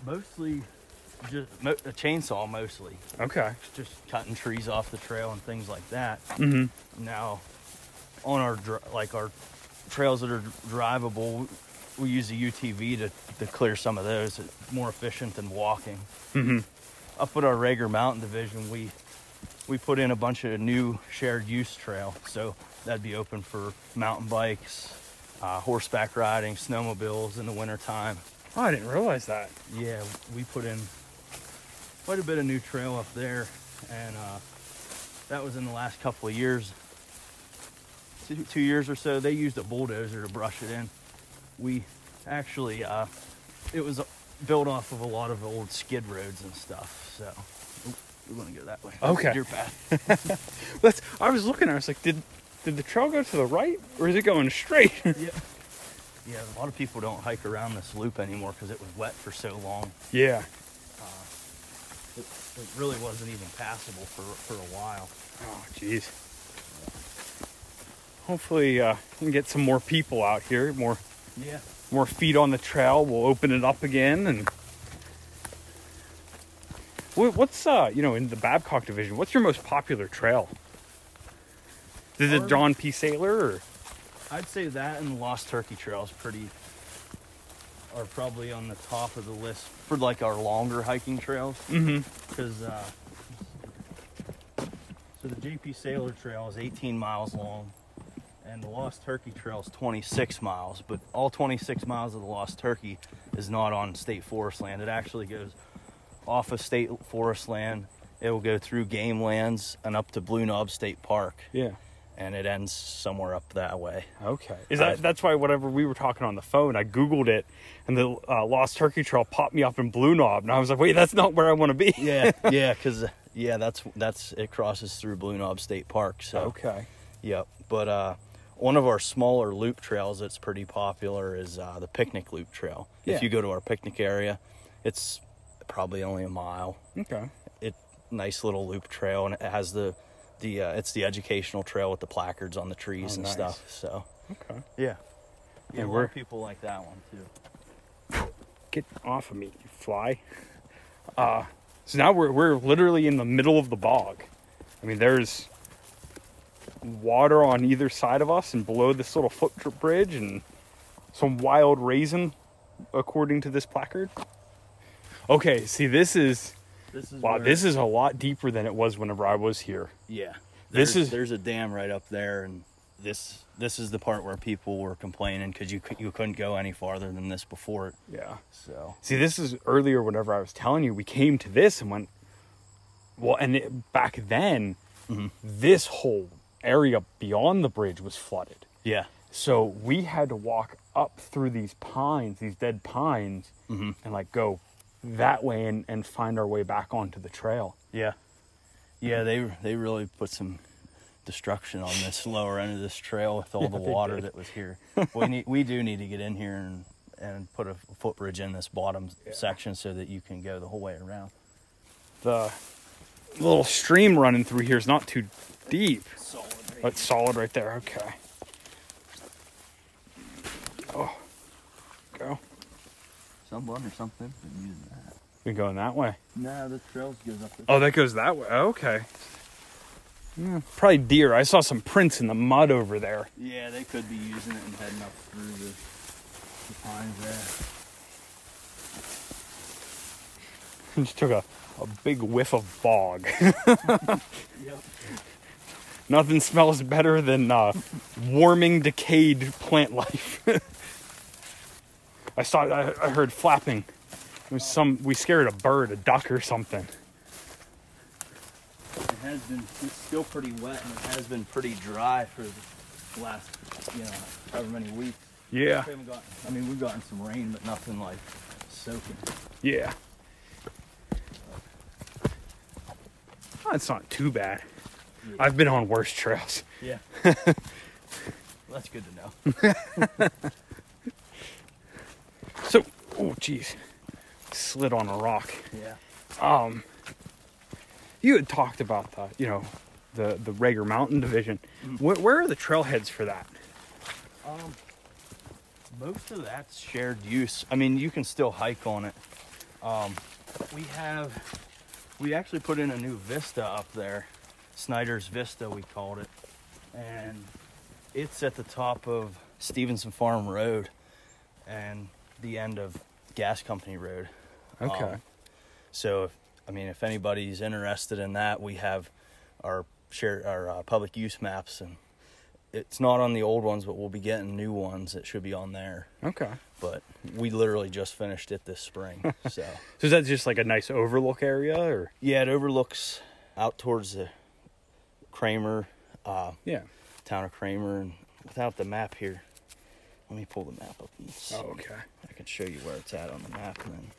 [SPEAKER 2] Mostly, just mo- a chainsaw. Mostly,
[SPEAKER 1] Okay.
[SPEAKER 2] just cutting trees off the trail and things like that.
[SPEAKER 1] Mhm.
[SPEAKER 2] Now, on our dr- like our trails that are drivable, we use a UTV to, to clear some of those. It's more efficient than walking.
[SPEAKER 1] Mhm.
[SPEAKER 2] Up at our Rager Mountain division, we we put in a bunch of new shared use trail, so that'd be open for mountain bikes, uh, horseback riding, snowmobiles in the wintertime.
[SPEAKER 1] Oh, I didn't realize that.
[SPEAKER 2] Yeah, we put in quite a bit of new trail up there, and uh, that was in the last couple of years. Two, two years or so, they used a bulldozer to brush it in. We actually, uh, it was built off of a lot of old skid roads and stuff, so we're gonna go that way.
[SPEAKER 1] Okay.
[SPEAKER 2] Your path.
[SPEAKER 1] That's I was looking, I was like, did did the trail go to the right or is it going straight? [LAUGHS]
[SPEAKER 2] yeah. Yeah, a lot of people don't hike around this loop anymore because it was wet for so long.
[SPEAKER 1] yeah.
[SPEAKER 2] It, it really wasn't even passable for, for a while.
[SPEAKER 1] Oh jeez. Hopefully uh we can get some more people out here, more
[SPEAKER 2] Yeah.
[SPEAKER 1] more feet on the trail. We'll open it up again and Wha- what's uh you know in the Babcock division? What's your most popular trail? Is it
[SPEAKER 2] Our-
[SPEAKER 1] John P. Sailor? Or?
[SPEAKER 2] I'd say that and the Lost Turkey Trail is pretty, are probably on the top of the list for like our longer hiking trails.
[SPEAKER 1] Mm-hmm.
[SPEAKER 2] Because, uh, so the JP Sailor Trail is 18 miles long, and the Lost Turkey Trail is 26 miles, but all 26 miles of the Lost Turkey is not on state forest land. It actually goes off of state forest land It'll go through game lands and up to Blue Knob State Park,
[SPEAKER 1] Yeah.
[SPEAKER 2] and it ends somewhere up that way.
[SPEAKER 1] Okay. Is that that's why whenever we were talking on the phone, I googled it, and the uh, Lost Turkey Trail popped me up in Blue Knob, and I was like, wait, that's not where I want to [LAUGHS] be.
[SPEAKER 2] [LAUGHS] Yeah, yeah, because yeah, that's that's it crosses through Blue Knob State Park. So
[SPEAKER 1] Okay.
[SPEAKER 2] Yep. But uh, one of our smaller loop trails that's pretty popular is uh, the picnic loop trail.
[SPEAKER 1] Yeah.
[SPEAKER 2] If you go to our picnic area, it's probably only a mile.
[SPEAKER 1] Okay.
[SPEAKER 2] It nice little loop trail, and it has the the uh, it's the educational trail with the placards on the trees
[SPEAKER 1] Oh,
[SPEAKER 2] and
[SPEAKER 1] nice.
[SPEAKER 2] stuff. So
[SPEAKER 1] Okay.
[SPEAKER 2] yeah,
[SPEAKER 1] Yeah,
[SPEAKER 2] yeah, a lot
[SPEAKER 1] we're-
[SPEAKER 2] of people like that one too.
[SPEAKER 1] Get off of me, you fly. Uh, so now we're we're literally in the middle of the bog. I mean, there's water on either side of us, and below this little foot dr- bridge, and some wild raisin, according to this placard. Okay. See, this is.
[SPEAKER 2] This is
[SPEAKER 1] Wow, this is a lot deeper than it was whenever I was here.
[SPEAKER 2] yeah.
[SPEAKER 1] this
[SPEAKER 2] There's-
[SPEAKER 1] is-
[SPEAKER 2] there's a dam right up there, and this this is the part where people were complaining because you cou- you couldn't go any farther than this before.
[SPEAKER 1] Yeah.
[SPEAKER 2] So
[SPEAKER 1] See, this is earlier whenever I was telling you we came to this and went well and it, back then this whole area beyond the bridge was flooded.
[SPEAKER 2] yeah,
[SPEAKER 1] So we had to walk up through these pines, these dead pines and like go that way and, and find our way back onto the trail.
[SPEAKER 2] Yeah. Yeah, they they really put some destruction on [LAUGHS] this lower end of this trail with all the water that was [LAUGHS] here. we need we do need to get in here and and put a footbridge in this bottom section so that you can go the whole way around.
[SPEAKER 1] The little stream running through here is not too deep. but it's solid right there. Okay. Oh, go.
[SPEAKER 2] Someone or something been using that.
[SPEAKER 1] We're going that way.
[SPEAKER 2] No, the trails goes up there.
[SPEAKER 1] Oh, that goes that way. Okay. Yeah, probably deer. I saw some prints in the mud over there.
[SPEAKER 2] Yeah, they could be using it and heading up through the, the pines there.
[SPEAKER 1] Just took a, a big whiff of bog.
[SPEAKER 2] Yep.
[SPEAKER 1] [LAUGHS] Nothing smells better than uh, warming, decayed plant life. [LAUGHS] I saw. I, I heard flapping. It was some. We scared a bird, a duck, or something.
[SPEAKER 2] It has been it's still pretty wet and it has been pretty dry for the last you know, however many weeks.
[SPEAKER 1] Yeah.
[SPEAKER 2] We haven't gotten, I mean, we've gotten some rain, but nothing like soaking.
[SPEAKER 1] Yeah. That's Oh, not too bad. I've been on worse trails.
[SPEAKER 2] [LAUGHS] Yeah. That's good to know.
[SPEAKER 1] So, oh jeez, slid on a rock.
[SPEAKER 2] [LAUGHS] Yeah.
[SPEAKER 1] You had talked about the, you know, the the Rager Mountain Division. Where, where are the trailheads for that?
[SPEAKER 2] Most of that's shared use. I mean, you can still hike on it. Um, we have, we actually put in a new vista up there, Snyder's Vista, we called it, and it's at the top of Stevenson Farm Road and the end of Gas Company Road.
[SPEAKER 1] Okay.
[SPEAKER 2] So, if, I mean, if anybody's interested in that, we have our share our uh, public use maps, and it's not on the old ones, but we'll be getting new ones that should be on there.
[SPEAKER 1] Okay.
[SPEAKER 2] But we literally just finished it this spring, so
[SPEAKER 1] So is that just like a nice overlook area, or
[SPEAKER 2] yeah, it overlooks out towards the Kramer uh,
[SPEAKER 1] yeah?
[SPEAKER 2] town of Kramer, and without the map here, let me pull the map up. And see.
[SPEAKER 1] Oh, okay.
[SPEAKER 2] I can show you where it's at on the map then.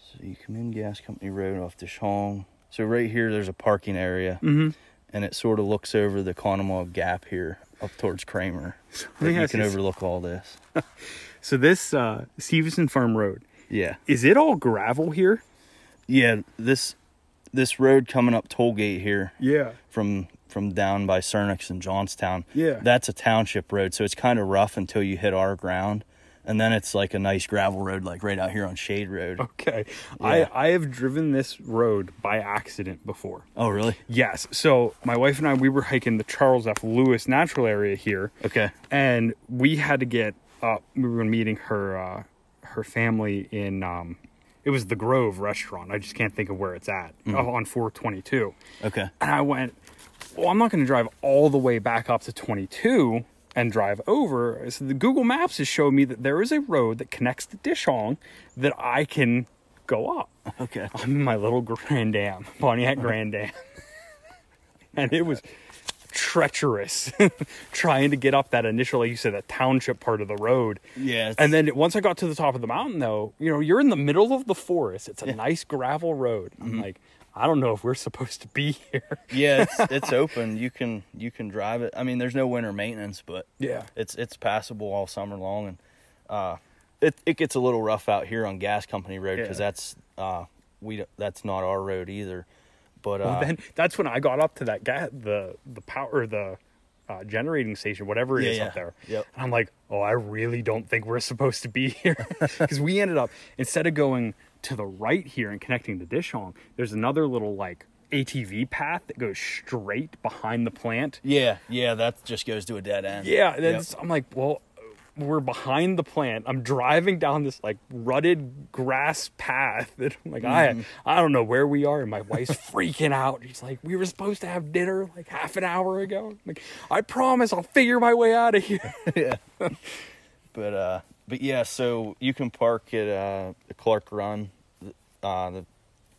[SPEAKER 2] So you come in Gas Company Road off Dishong. So right here there's a parking area
[SPEAKER 1] Mhm.
[SPEAKER 2] and it sort of looks over the Conemaugh Gap here up towards Kramer.
[SPEAKER 1] let me
[SPEAKER 2] That you
[SPEAKER 1] ask
[SPEAKER 2] can
[SPEAKER 1] you s-
[SPEAKER 2] overlook all this.
[SPEAKER 1] So this uh, Stevenson Farm Road
[SPEAKER 2] Yeah.
[SPEAKER 1] is it all gravel here?
[SPEAKER 2] Yeah, this this road coming up Tollgate here
[SPEAKER 1] Yeah.
[SPEAKER 2] from from down by Cernix and Johnstown.
[SPEAKER 1] Yeah.
[SPEAKER 2] That's a township road, so it's kind of rough until you hit our ground. And then it's like a nice gravel road like right out here on Shade Road.
[SPEAKER 1] Okay.
[SPEAKER 2] Yeah.
[SPEAKER 1] I I have driven this road by accident before.
[SPEAKER 2] oh really?
[SPEAKER 1] Yes. So my wife and I we were hiking the Charles F. Lewis Natural Area here,
[SPEAKER 2] Okay.
[SPEAKER 1] and we had to get up. We were meeting her uh, her family in um, it was the Grove restaurant. I just can't think of where it's at Oh, on 422.
[SPEAKER 2] Okay.
[SPEAKER 1] And I went, well, I'm not going to drive all the way back up to 22 and drive over. So the Google Maps has shown me that there is a road that connects to Dishong that I can go up.
[SPEAKER 2] Okay.
[SPEAKER 1] I'm in my little Grand Am, [LAUGHS] Pontiac Grand Am. and it was treacherous [LAUGHS] trying to get up that initial, like you said, that township part of the road.
[SPEAKER 2] Yeah. it's-
[SPEAKER 1] And then once I got to the top of the mountain, though, you know, you're in the middle of the forest. It's a nice gravel road. I'm like, I don't know if we're supposed to be [LAUGHS] here.
[SPEAKER 2] yeah, it's,
[SPEAKER 1] [LAUGHS]
[SPEAKER 2] it's open. You can you can drive it. I mean, there's no winter maintenance, but
[SPEAKER 1] Yeah.
[SPEAKER 2] it's it's passable all summer long, and uh, it it gets a little rough out here on Gas Company Road because
[SPEAKER 1] Yeah.
[SPEAKER 2] that's uh we don't- that's not our road either. But uh,
[SPEAKER 1] Well, then that's when I got up to that guy, the the power, the uh, generating station, whatever it is
[SPEAKER 2] Yeah, yeah.
[SPEAKER 1] up there.
[SPEAKER 2] Yep.
[SPEAKER 1] And I'm like, oh, I really don't think we're [LAUGHS] supposed to
[SPEAKER 2] [LAUGHS]
[SPEAKER 1] be here because we ended up instead of going to the right here and connecting to Dishong, there's another little like ATV path that goes straight behind the plant.
[SPEAKER 2] yeah, yeah, that just goes to a dead end.
[SPEAKER 1] Yeah,
[SPEAKER 2] Yep.
[SPEAKER 1] and it's I'm like, well, we're behind the plant. I'm driving down this like rutted grass path that I'm like, I I don't know where we are, and my [LAUGHS] wife's freaking out. She's like, we were supposed to have dinner like half an hour ago. I'm like, I promise, I'll figure my way out of here.
[SPEAKER 2] but uh but yeah so you can park at uh the clark run th- uh the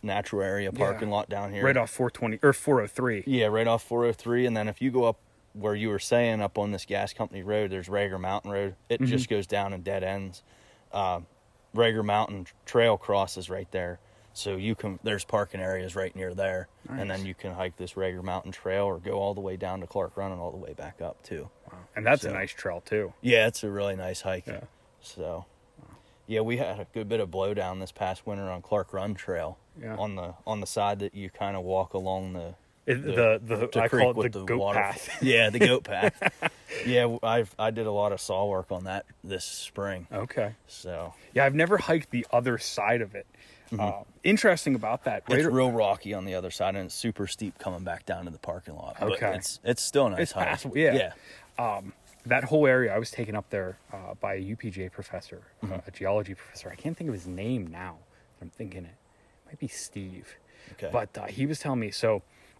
[SPEAKER 2] natural area parking lot down here
[SPEAKER 1] [LAUGHS] right off 420 or 403.
[SPEAKER 2] yeah right off 403 and then if you go up where you were saying up on this gas company road there's rager mountain road it
[SPEAKER 1] Mm-hmm.
[SPEAKER 2] just goes down and dead ends uh rager mountain trail crosses right there so you can there's parking areas right near there and then you can hike this rager mountain trail or go all the way down to clark run and all the way back up too
[SPEAKER 1] And that's a
[SPEAKER 2] So-
[SPEAKER 1] nice trail too.
[SPEAKER 2] yeah, it's a really nice hike.
[SPEAKER 1] Yeah.
[SPEAKER 2] So, yeah, we had a good bit of blowdown this past winter on Clark Run Trail.
[SPEAKER 1] Yeah.
[SPEAKER 2] On the on the side that you kind of walk along the
[SPEAKER 1] It- the the,
[SPEAKER 2] the
[SPEAKER 1] I
[SPEAKER 2] creek
[SPEAKER 1] call it
[SPEAKER 2] with
[SPEAKER 1] the, goat
[SPEAKER 2] water-
[SPEAKER 1] [LAUGHS] path.
[SPEAKER 2] [LAUGHS] Yeah, the goat path. yeah, I I did a lot of saw work on that this spring.
[SPEAKER 1] Okay.
[SPEAKER 2] So
[SPEAKER 1] Yeah, I've never hiked the other side of it. Uh, interesting about that.
[SPEAKER 2] it's
[SPEAKER 1] Rader-
[SPEAKER 2] real rocky on the other side and it's super steep coming back down to the parking lot. But
[SPEAKER 1] Okay.
[SPEAKER 2] it's it's still a nice
[SPEAKER 1] It's
[SPEAKER 2] hike.
[SPEAKER 1] passable, yeah.
[SPEAKER 2] Yeah.
[SPEAKER 1] that whole area I was taken up there uh, by a UPJ professor, uh, a geology professor. I can't think of his name now. I'm thinking it, might be Steve.
[SPEAKER 2] Okay.
[SPEAKER 1] But uh, he was telling me so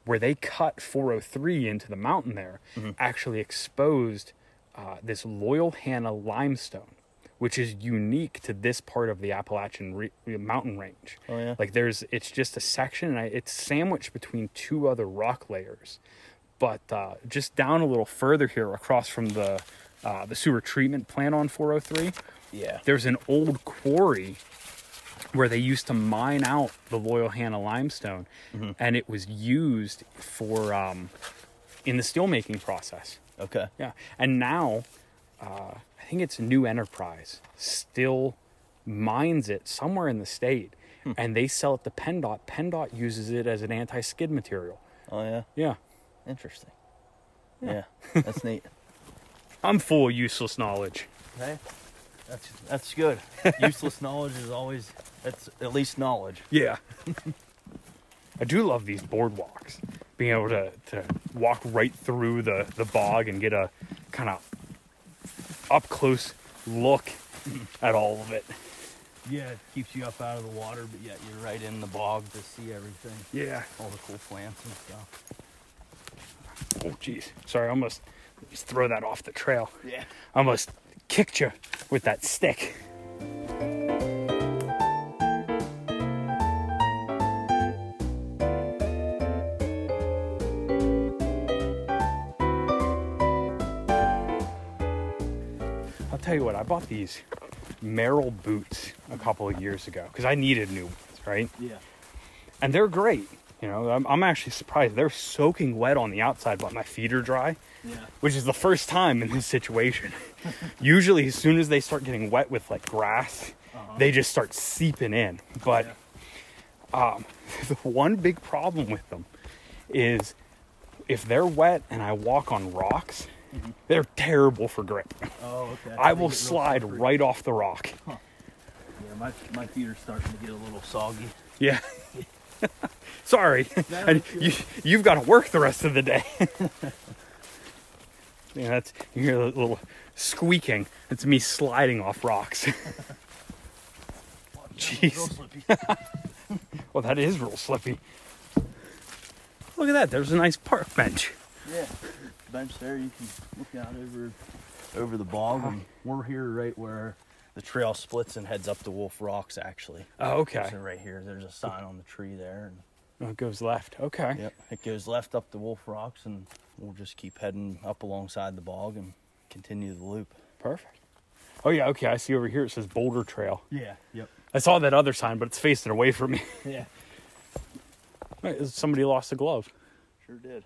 [SPEAKER 1] where they cut 403 into the mountain there
[SPEAKER 2] Mm-hmm.
[SPEAKER 1] actually exposed uh, this Loyal Hannah limestone, which is unique to this part of the Appalachian re- mountain range.
[SPEAKER 2] Oh, yeah?
[SPEAKER 1] Like there's, it's just a section, and I, it's sandwiched between two other rock layers. But uh, just down a little further here, across from the uh, the sewer treatment plant on 403,
[SPEAKER 2] Yeah.
[SPEAKER 1] there's an old quarry where they used to mine out the Loyal Hannah limestone, and it was used for um, in the steelmaking process.
[SPEAKER 2] Okay.
[SPEAKER 1] Yeah, and now uh, I think it's New Enterprise still mines it somewhere in the state, and they sell it to PennDOT. PennDOT uses it as an anti-skid material.
[SPEAKER 2] Oh yeah.
[SPEAKER 1] Yeah,
[SPEAKER 2] Interesting. Yeah. That's [LAUGHS] neat.
[SPEAKER 1] I'm full of useless knowledge.
[SPEAKER 2] Hey, that's that's good. Useless knowledge is always that's at least knowledge.
[SPEAKER 1] Yeah, I do love these boardwalks. Being able to, to walk right through the, the bog and get a kind of up close look at all of it.
[SPEAKER 2] Yeah, it keeps you up out of the water, but yet you're right in the bog to see everything,
[SPEAKER 1] Yeah.
[SPEAKER 2] all the cool plants and stuff.
[SPEAKER 1] Oh, jeez. Sorry, I almost just throw that off the trail.
[SPEAKER 2] Yeah.
[SPEAKER 1] I almost kicked you with that stick. I'll tell you what, I bought these Merrill boots a couple of years ago because I needed new ones, right?
[SPEAKER 2] Yeah.
[SPEAKER 1] and they're great. You know, I'm, I'm actually surprised they're soaking wet on the outside, but my feet are dry,
[SPEAKER 2] Yeah.
[SPEAKER 1] which is the first time in this situation. Usually, as soon as they start getting wet with like grass, they just start seeping in. But um, the [LAUGHS] one big problem with them is if they're wet and I walk on rocks, they're terrible for grip.
[SPEAKER 2] Oh, okay.
[SPEAKER 1] I will slide right off the rock.
[SPEAKER 2] Yeah, my my feet are starting to get a little soggy.
[SPEAKER 1] Yeah. [LAUGHS] Sorry.
[SPEAKER 2] No,
[SPEAKER 1] and
[SPEAKER 2] it's
[SPEAKER 1] you, you've got to work the rest of the day. [LAUGHS] yeah, that's you hear a little squeaking. It's me sliding off rocks. [LAUGHS] Jeez.
[SPEAKER 2] Real
[SPEAKER 1] [LAUGHS]
[SPEAKER 2] slippy.
[SPEAKER 1] well, that is real slippy. Look at that. There's a nice park bench.
[SPEAKER 2] yeah. Bench there, you can look out over over the bog, and we're here right where the trail splits and heads up to Wolf Rocks. Actually,
[SPEAKER 1] Oh, okay.
[SPEAKER 2] So right here, there's a sign on the tree there. And,
[SPEAKER 1] Oh, it goes left. Okay.
[SPEAKER 2] yep, it goes left up to Wolf Rocks, and we'll just keep heading up alongside the bog and continue the loop.
[SPEAKER 1] Perfect. Oh yeah. Okay. I see over here. It says Boulder Trail.
[SPEAKER 2] Yeah. Yep.
[SPEAKER 1] I saw that other sign, but it's facing away from me. [LAUGHS]
[SPEAKER 2] Yeah.
[SPEAKER 1] Wait, Somebody lost a glove.
[SPEAKER 2] Sure did.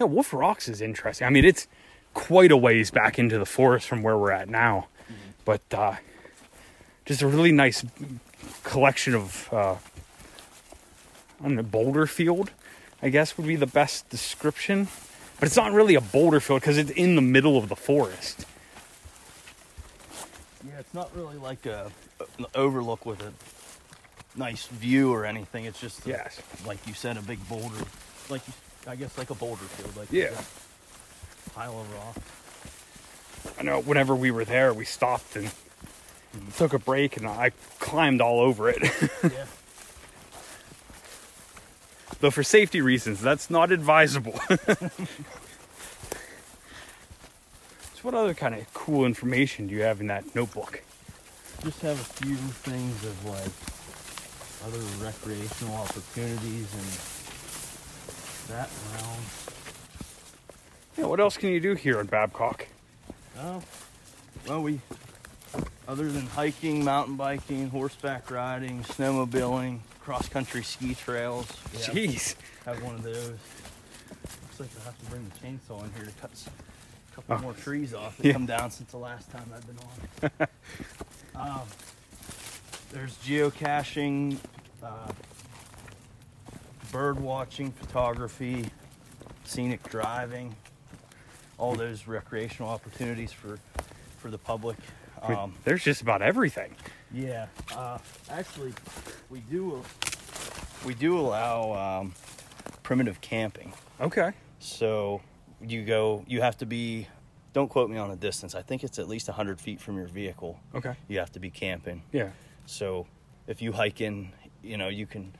[SPEAKER 1] Yeah, Wolf Rocks is interesting. I mean, it's quite a ways back into the forest from where we're at now, but uh, just a really nice collection of uh, I don't know, boulder field. I guess would be the best description, but it's not really a boulder field because it's in the middle of the forest.
[SPEAKER 2] Yeah, it's not really like a an overlook with a nice view or anything. It's just a-
[SPEAKER 1] Yes.
[SPEAKER 2] like you said, a big boulder, like you, I guess like a boulder field, like
[SPEAKER 1] Yeah.
[SPEAKER 2] a pile of rock. [LAUGHS]
[SPEAKER 1] I know. Whenever we were there, we stopped and took a break, and I climbed all over it. [LAUGHS]
[SPEAKER 2] yeah,
[SPEAKER 1] Though for safety reasons, that's not advisable. [LAUGHS] so what other kind of cool information do you have in that notebook?
[SPEAKER 2] just have a few things of like other recreational opportunities and that round.
[SPEAKER 1] Yeah, what else can you do here in Babcock?
[SPEAKER 2] Oh, well, we other than hiking, mountain biking, horseback riding, snowmobiling, cross country ski trails.
[SPEAKER 1] Jeez.
[SPEAKER 2] have one of those. Looks like I'll have to bring the chainsaw in here to cut s- a couple
[SPEAKER 1] Oh.
[SPEAKER 2] more trees off that
[SPEAKER 1] Yeah.
[SPEAKER 2] come down since the last time I've been
[SPEAKER 1] [LAUGHS]
[SPEAKER 2] on. um, there's geocaching, uh, bird watching, photography, scenic driving,
[SPEAKER 1] Hmm.
[SPEAKER 2] all those recreational opportunities for for the public.
[SPEAKER 1] I mean,
[SPEAKER 2] Um,
[SPEAKER 1] There's just about everything.
[SPEAKER 2] yeah, uh, actually, we do we do allow um, primitive camping.
[SPEAKER 1] Okay.
[SPEAKER 2] So you go, you have to be, don't quote me on a distance. I think it's at least 100 feet from your vehicle.
[SPEAKER 1] Okay.
[SPEAKER 2] You have to be camping.
[SPEAKER 1] Yeah.
[SPEAKER 2] So if you hike in, you know, you can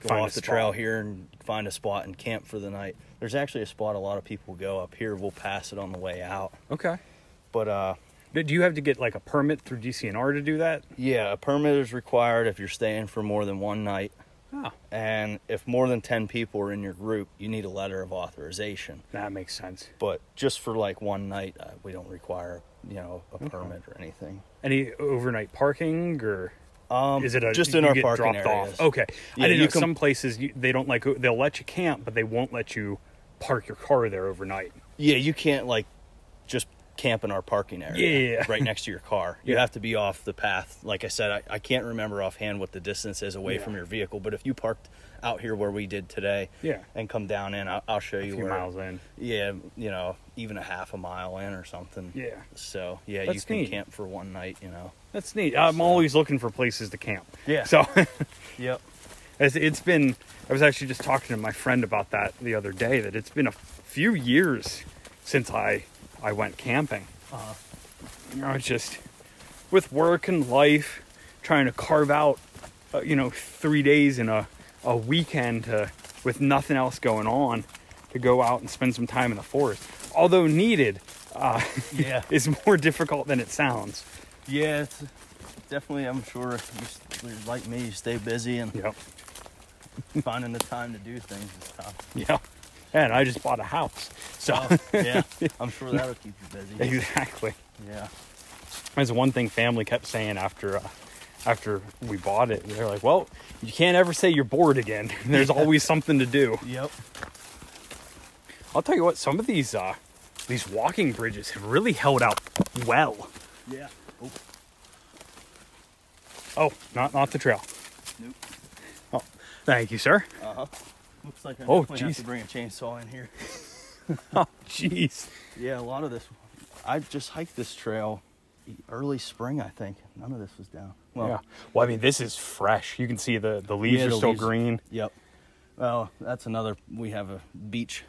[SPEAKER 2] go
[SPEAKER 1] Find a
[SPEAKER 2] off the
[SPEAKER 1] spot.
[SPEAKER 2] trail here and find a spot and camp for the night. There's actually a spot a lot of people go up here. We'll pass it on the way out.
[SPEAKER 1] Okay.
[SPEAKER 2] But uh,
[SPEAKER 1] Do do you have to get like a permit through DCNR to do that?
[SPEAKER 2] yeah, a permit is required if you're staying for more than one night.
[SPEAKER 1] Oh,
[SPEAKER 2] And if more than 10 people are in your group, you need a letter of authorization.
[SPEAKER 1] that makes sense.
[SPEAKER 2] but just for like one night, uh, we don't require you know a permit or anything.
[SPEAKER 1] Any overnight parking or
[SPEAKER 2] Um,
[SPEAKER 1] is it a,
[SPEAKER 2] just in
[SPEAKER 1] you
[SPEAKER 2] our
[SPEAKER 1] get
[SPEAKER 2] parking
[SPEAKER 1] dropped
[SPEAKER 2] areas?
[SPEAKER 1] off? Oh. Okay.
[SPEAKER 2] Yeah,
[SPEAKER 1] I didn't
[SPEAKER 2] you
[SPEAKER 1] know
[SPEAKER 2] can-
[SPEAKER 1] some places you, they don't like they'll let you camp, but they won't let you park your car there overnight.
[SPEAKER 2] Yeah, you can't like just camp in our parking area.
[SPEAKER 1] Yeah, yeah, yeah.
[SPEAKER 2] right next to your car. You
[SPEAKER 1] Yeah.
[SPEAKER 2] have to be off the path. Like I said, I, I can't remember offhand what the distance is away
[SPEAKER 1] Yeah.
[SPEAKER 2] from your vehicle, but if you parked out here where we did today,
[SPEAKER 1] Yeah.
[SPEAKER 2] and come down in, I'll, I'll show
[SPEAKER 1] A
[SPEAKER 2] you
[SPEAKER 1] few
[SPEAKER 2] where.
[SPEAKER 1] miles in.
[SPEAKER 2] Yeah, you know, even a half a mile in or something.
[SPEAKER 1] Yeah.
[SPEAKER 2] So yeah, you
[SPEAKER 1] That's
[SPEAKER 2] can
[SPEAKER 1] neat.
[SPEAKER 2] camp for one night. You know.
[SPEAKER 1] That's neat. I'm always looking for places to camp.
[SPEAKER 2] Yeah.
[SPEAKER 1] So [LAUGHS]
[SPEAKER 2] Yep.
[SPEAKER 1] it's, it's been, I was actually just talking to my friend about that the other day, that it's been a few years since I, I went camping.
[SPEAKER 2] Uh-huh.
[SPEAKER 1] You know, it's just with work and life, trying to carve out, uh, you know, three days in a, a weekend to, with nothing else going on to go out and spend some time in the forest. Although needed uh,
[SPEAKER 2] [LAUGHS] Yeah.
[SPEAKER 1] is [LAUGHS] more difficult than it sounds.
[SPEAKER 2] Yeah, it's definitely. I'm sure you, s- you're like me, you stay busy and
[SPEAKER 1] Yep.
[SPEAKER 2] [LAUGHS] finding the time to do things is
[SPEAKER 1] [LAUGHS]
[SPEAKER 2] tough.
[SPEAKER 1] Yeah. And I just bought a house. So,
[SPEAKER 2] yeah, I'm sure that'll keep you busy.
[SPEAKER 1] [LAUGHS] exactly.
[SPEAKER 2] Yeah,
[SPEAKER 1] That's one thing family kept saying after uh, after we bought it. They're like, "Well, you can't ever say you're bored again. [LAUGHS] There's always something to do."
[SPEAKER 2] yep.
[SPEAKER 1] I'll tell you what, some of these uh these walking bridges have really held out well.
[SPEAKER 2] Yeah. Oh,
[SPEAKER 1] Oh, not not the trail.
[SPEAKER 2] nope.
[SPEAKER 1] Oh, thank you, sir.
[SPEAKER 2] Uh huh. Looks like I
[SPEAKER 1] Oh,
[SPEAKER 2] definitely have
[SPEAKER 1] jeez.
[SPEAKER 2] to bring a chainsaw in here.
[SPEAKER 1] Jeez.
[SPEAKER 2] Yeah, a lot of this. I just hiked this trail e, early spring, I think. None of this was down. Well,
[SPEAKER 1] yeah. Well, I mean, this is fresh. You can see the the leaves
[SPEAKER 2] Yeah,
[SPEAKER 1] are
[SPEAKER 2] the
[SPEAKER 1] still
[SPEAKER 2] leaves-
[SPEAKER 1] green.
[SPEAKER 2] Yep. Well, that's another. We have a beach.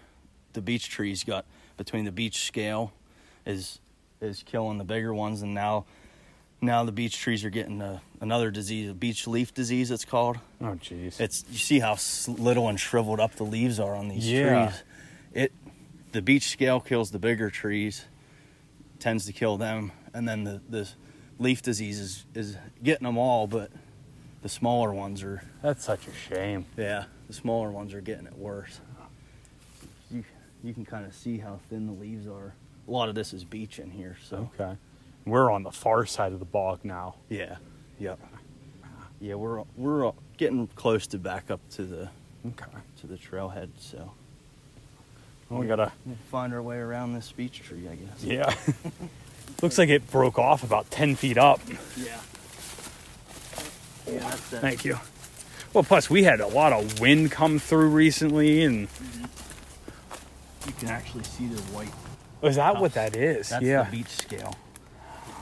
[SPEAKER 2] The beech trees got between the beech scale is is killing the bigger ones, and now now the beech trees are getting uh another disease, a beech leaf disease. It's called.
[SPEAKER 1] Oh, jeez.
[SPEAKER 2] It's you see how s- little and shriveled up the leaves are on these
[SPEAKER 1] Yeah.
[SPEAKER 2] trees. It the beech scale kills the bigger trees, tends to kill them, and then the the leaf disease is, is getting them all, but the smaller ones are
[SPEAKER 3] That's such a shame.
[SPEAKER 2] yeah, the smaller ones are getting it worse. You you can kind of see how thin the leaves are. A lot of this is beach in here, so
[SPEAKER 3] Okay. We're on the far side of the bog now.
[SPEAKER 2] yeah, yep, yeah. We're we're getting close to back up to the
[SPEAKER 3] Okay.
[SPEAKER 2] to the trailhead, so
[SPEAKER 3] Well, we gotta.
[SPEAKER 2] we'll find our way around this beech tree, I guess.
[SPEAKER 1] [LAUGHS]
[SPEAKER 3] Yeah. Looks like it broke off about 10 feet up.
[SPEAKER 2] yeah. Yeah, that's that.
[SPEAKER 3] Thank you.
[SPEAKER 1] Well, plus we had a lot of wind come through recently, and
[SPEAKER 2] You can actually see the white.
[SPEAKER 1] is that what that is?
[SPEAKER 2] That's
[SPEAKER 1] yeah.
[SPEAKER 2] the beach scale.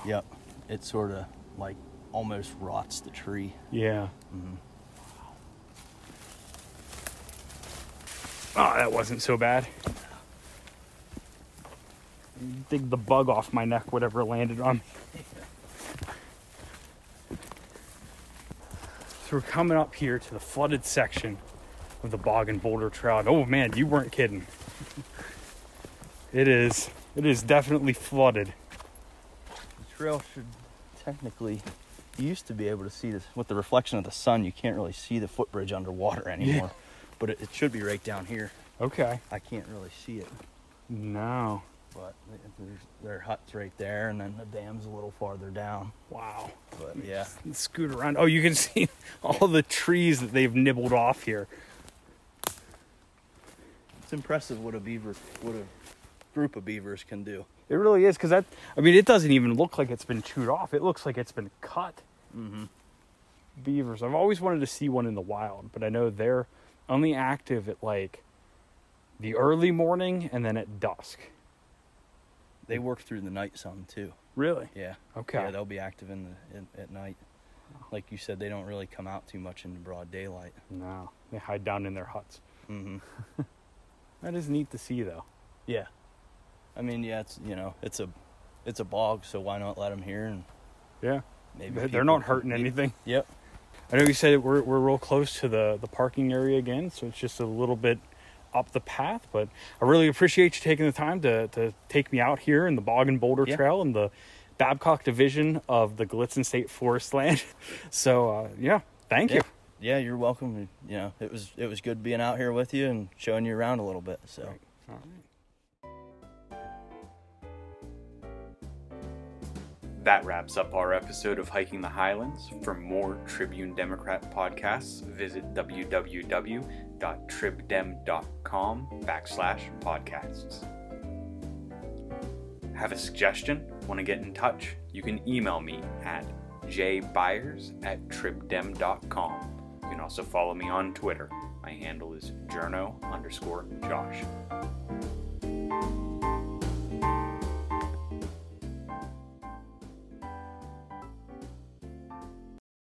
[SPEAKER 2] Yep. It sort of like almost rots the tree.
[SPEAKER 3] Yeah.
[SPEAKER 1] Mm-hmm. Oh, that wasn't so bad.
[SPEAKER 3] Dig the bug off my neck, whatever landed on me.
[SPEAKER 1] So we're coming up here to the flooded section of the Bog and Boulder Trail. And oh man, you weren't kidding. It is. It is definitely flooded.
[SPEAKER 2] The trail should technically. You used to be able to see this with the reflection of the sun. You can't really see the footbridge underwater anymore, but it, it should be right down here.
[SPEAKER 1] Okay.
[SPEAKER 2] I can't really see it,
[SPEAKER 1] No.
[SPEAKER 2] but there's there are huts right there, and then the dam's a little farther down.
[SPEAKER 1] Wow.
[SPEAKER 2] But yeah,
[SPEAKER 1] Let's scoot around. Oh, you can [LAUGHS] see all the trees that they've nibbled off here.
[SPEAKER 2] it's impressive what a beaver, what a group of beavers can do.
[SPEAKER 1] It really is because that. I mean, it doesn't even look like it's been chewed off. It looks like it's been cut. Beavers. I've always wanted to see one in the wild, but I know they're only active at like the early morning and then at dusk.
[SPEAKER 2] They work through the night some too.
[SPEAKER 1] Really?
[SPEAKER 2] Yeah.
[SPEAKER 1] Okay.
[SPEAKER 2] Yeah, they'll be active in the in, at night. Like you said, they don't really come out too much in the broad daylight.
[SPEAKER 1] No, they hide down in their huts.
[SPEAKER 2] Mm-hmm.
[SPEAKER 1] That is neat to see, though.
[SPEAKER 2] Yeah. I mean, yeah, it's you know, it's a, it's a bog, so why not let them here and
[SPEAKER 1] Yeah,
[SPEAKER 2] maybe
[SPEAKER 1] they're,
[SPEAKER 2] people-
[SPEAKER 1] they're not hurting anything.
[SPEAKER 2] Yep.
[SPEAKER 1] I know you said we're we're real close to the the parking area again, so it's just a little bit up the path. But I really appreciate you taking the time to to take me out here in the Bog and Boulder
[SPEAKER 2] Yeah.
[SPEAKER 1] Trail and the Babcock Division of the Glitzen State Forest Land. [LAUGHS] So uh, yeah, thank
[SPEAKER 2] Yeah.
[SPEAKER 1] you.
[SPEAKER 2] Yeah, you're welcome. You know, it was it was good being out here with you and showing you around a little bit. So.
[SPEAKER 1] All right.
[SPEAKER 4] That wraps up our episode of Hiking the Highlands. For more Tribune Democrat podcasts, visit www.tribdem.com backslash podcasts. Have a suggestion? Want to get in touch? You can email me at jbyers at tribdem.com. You can also follow me on Twitter. My handle is journo underscore josh.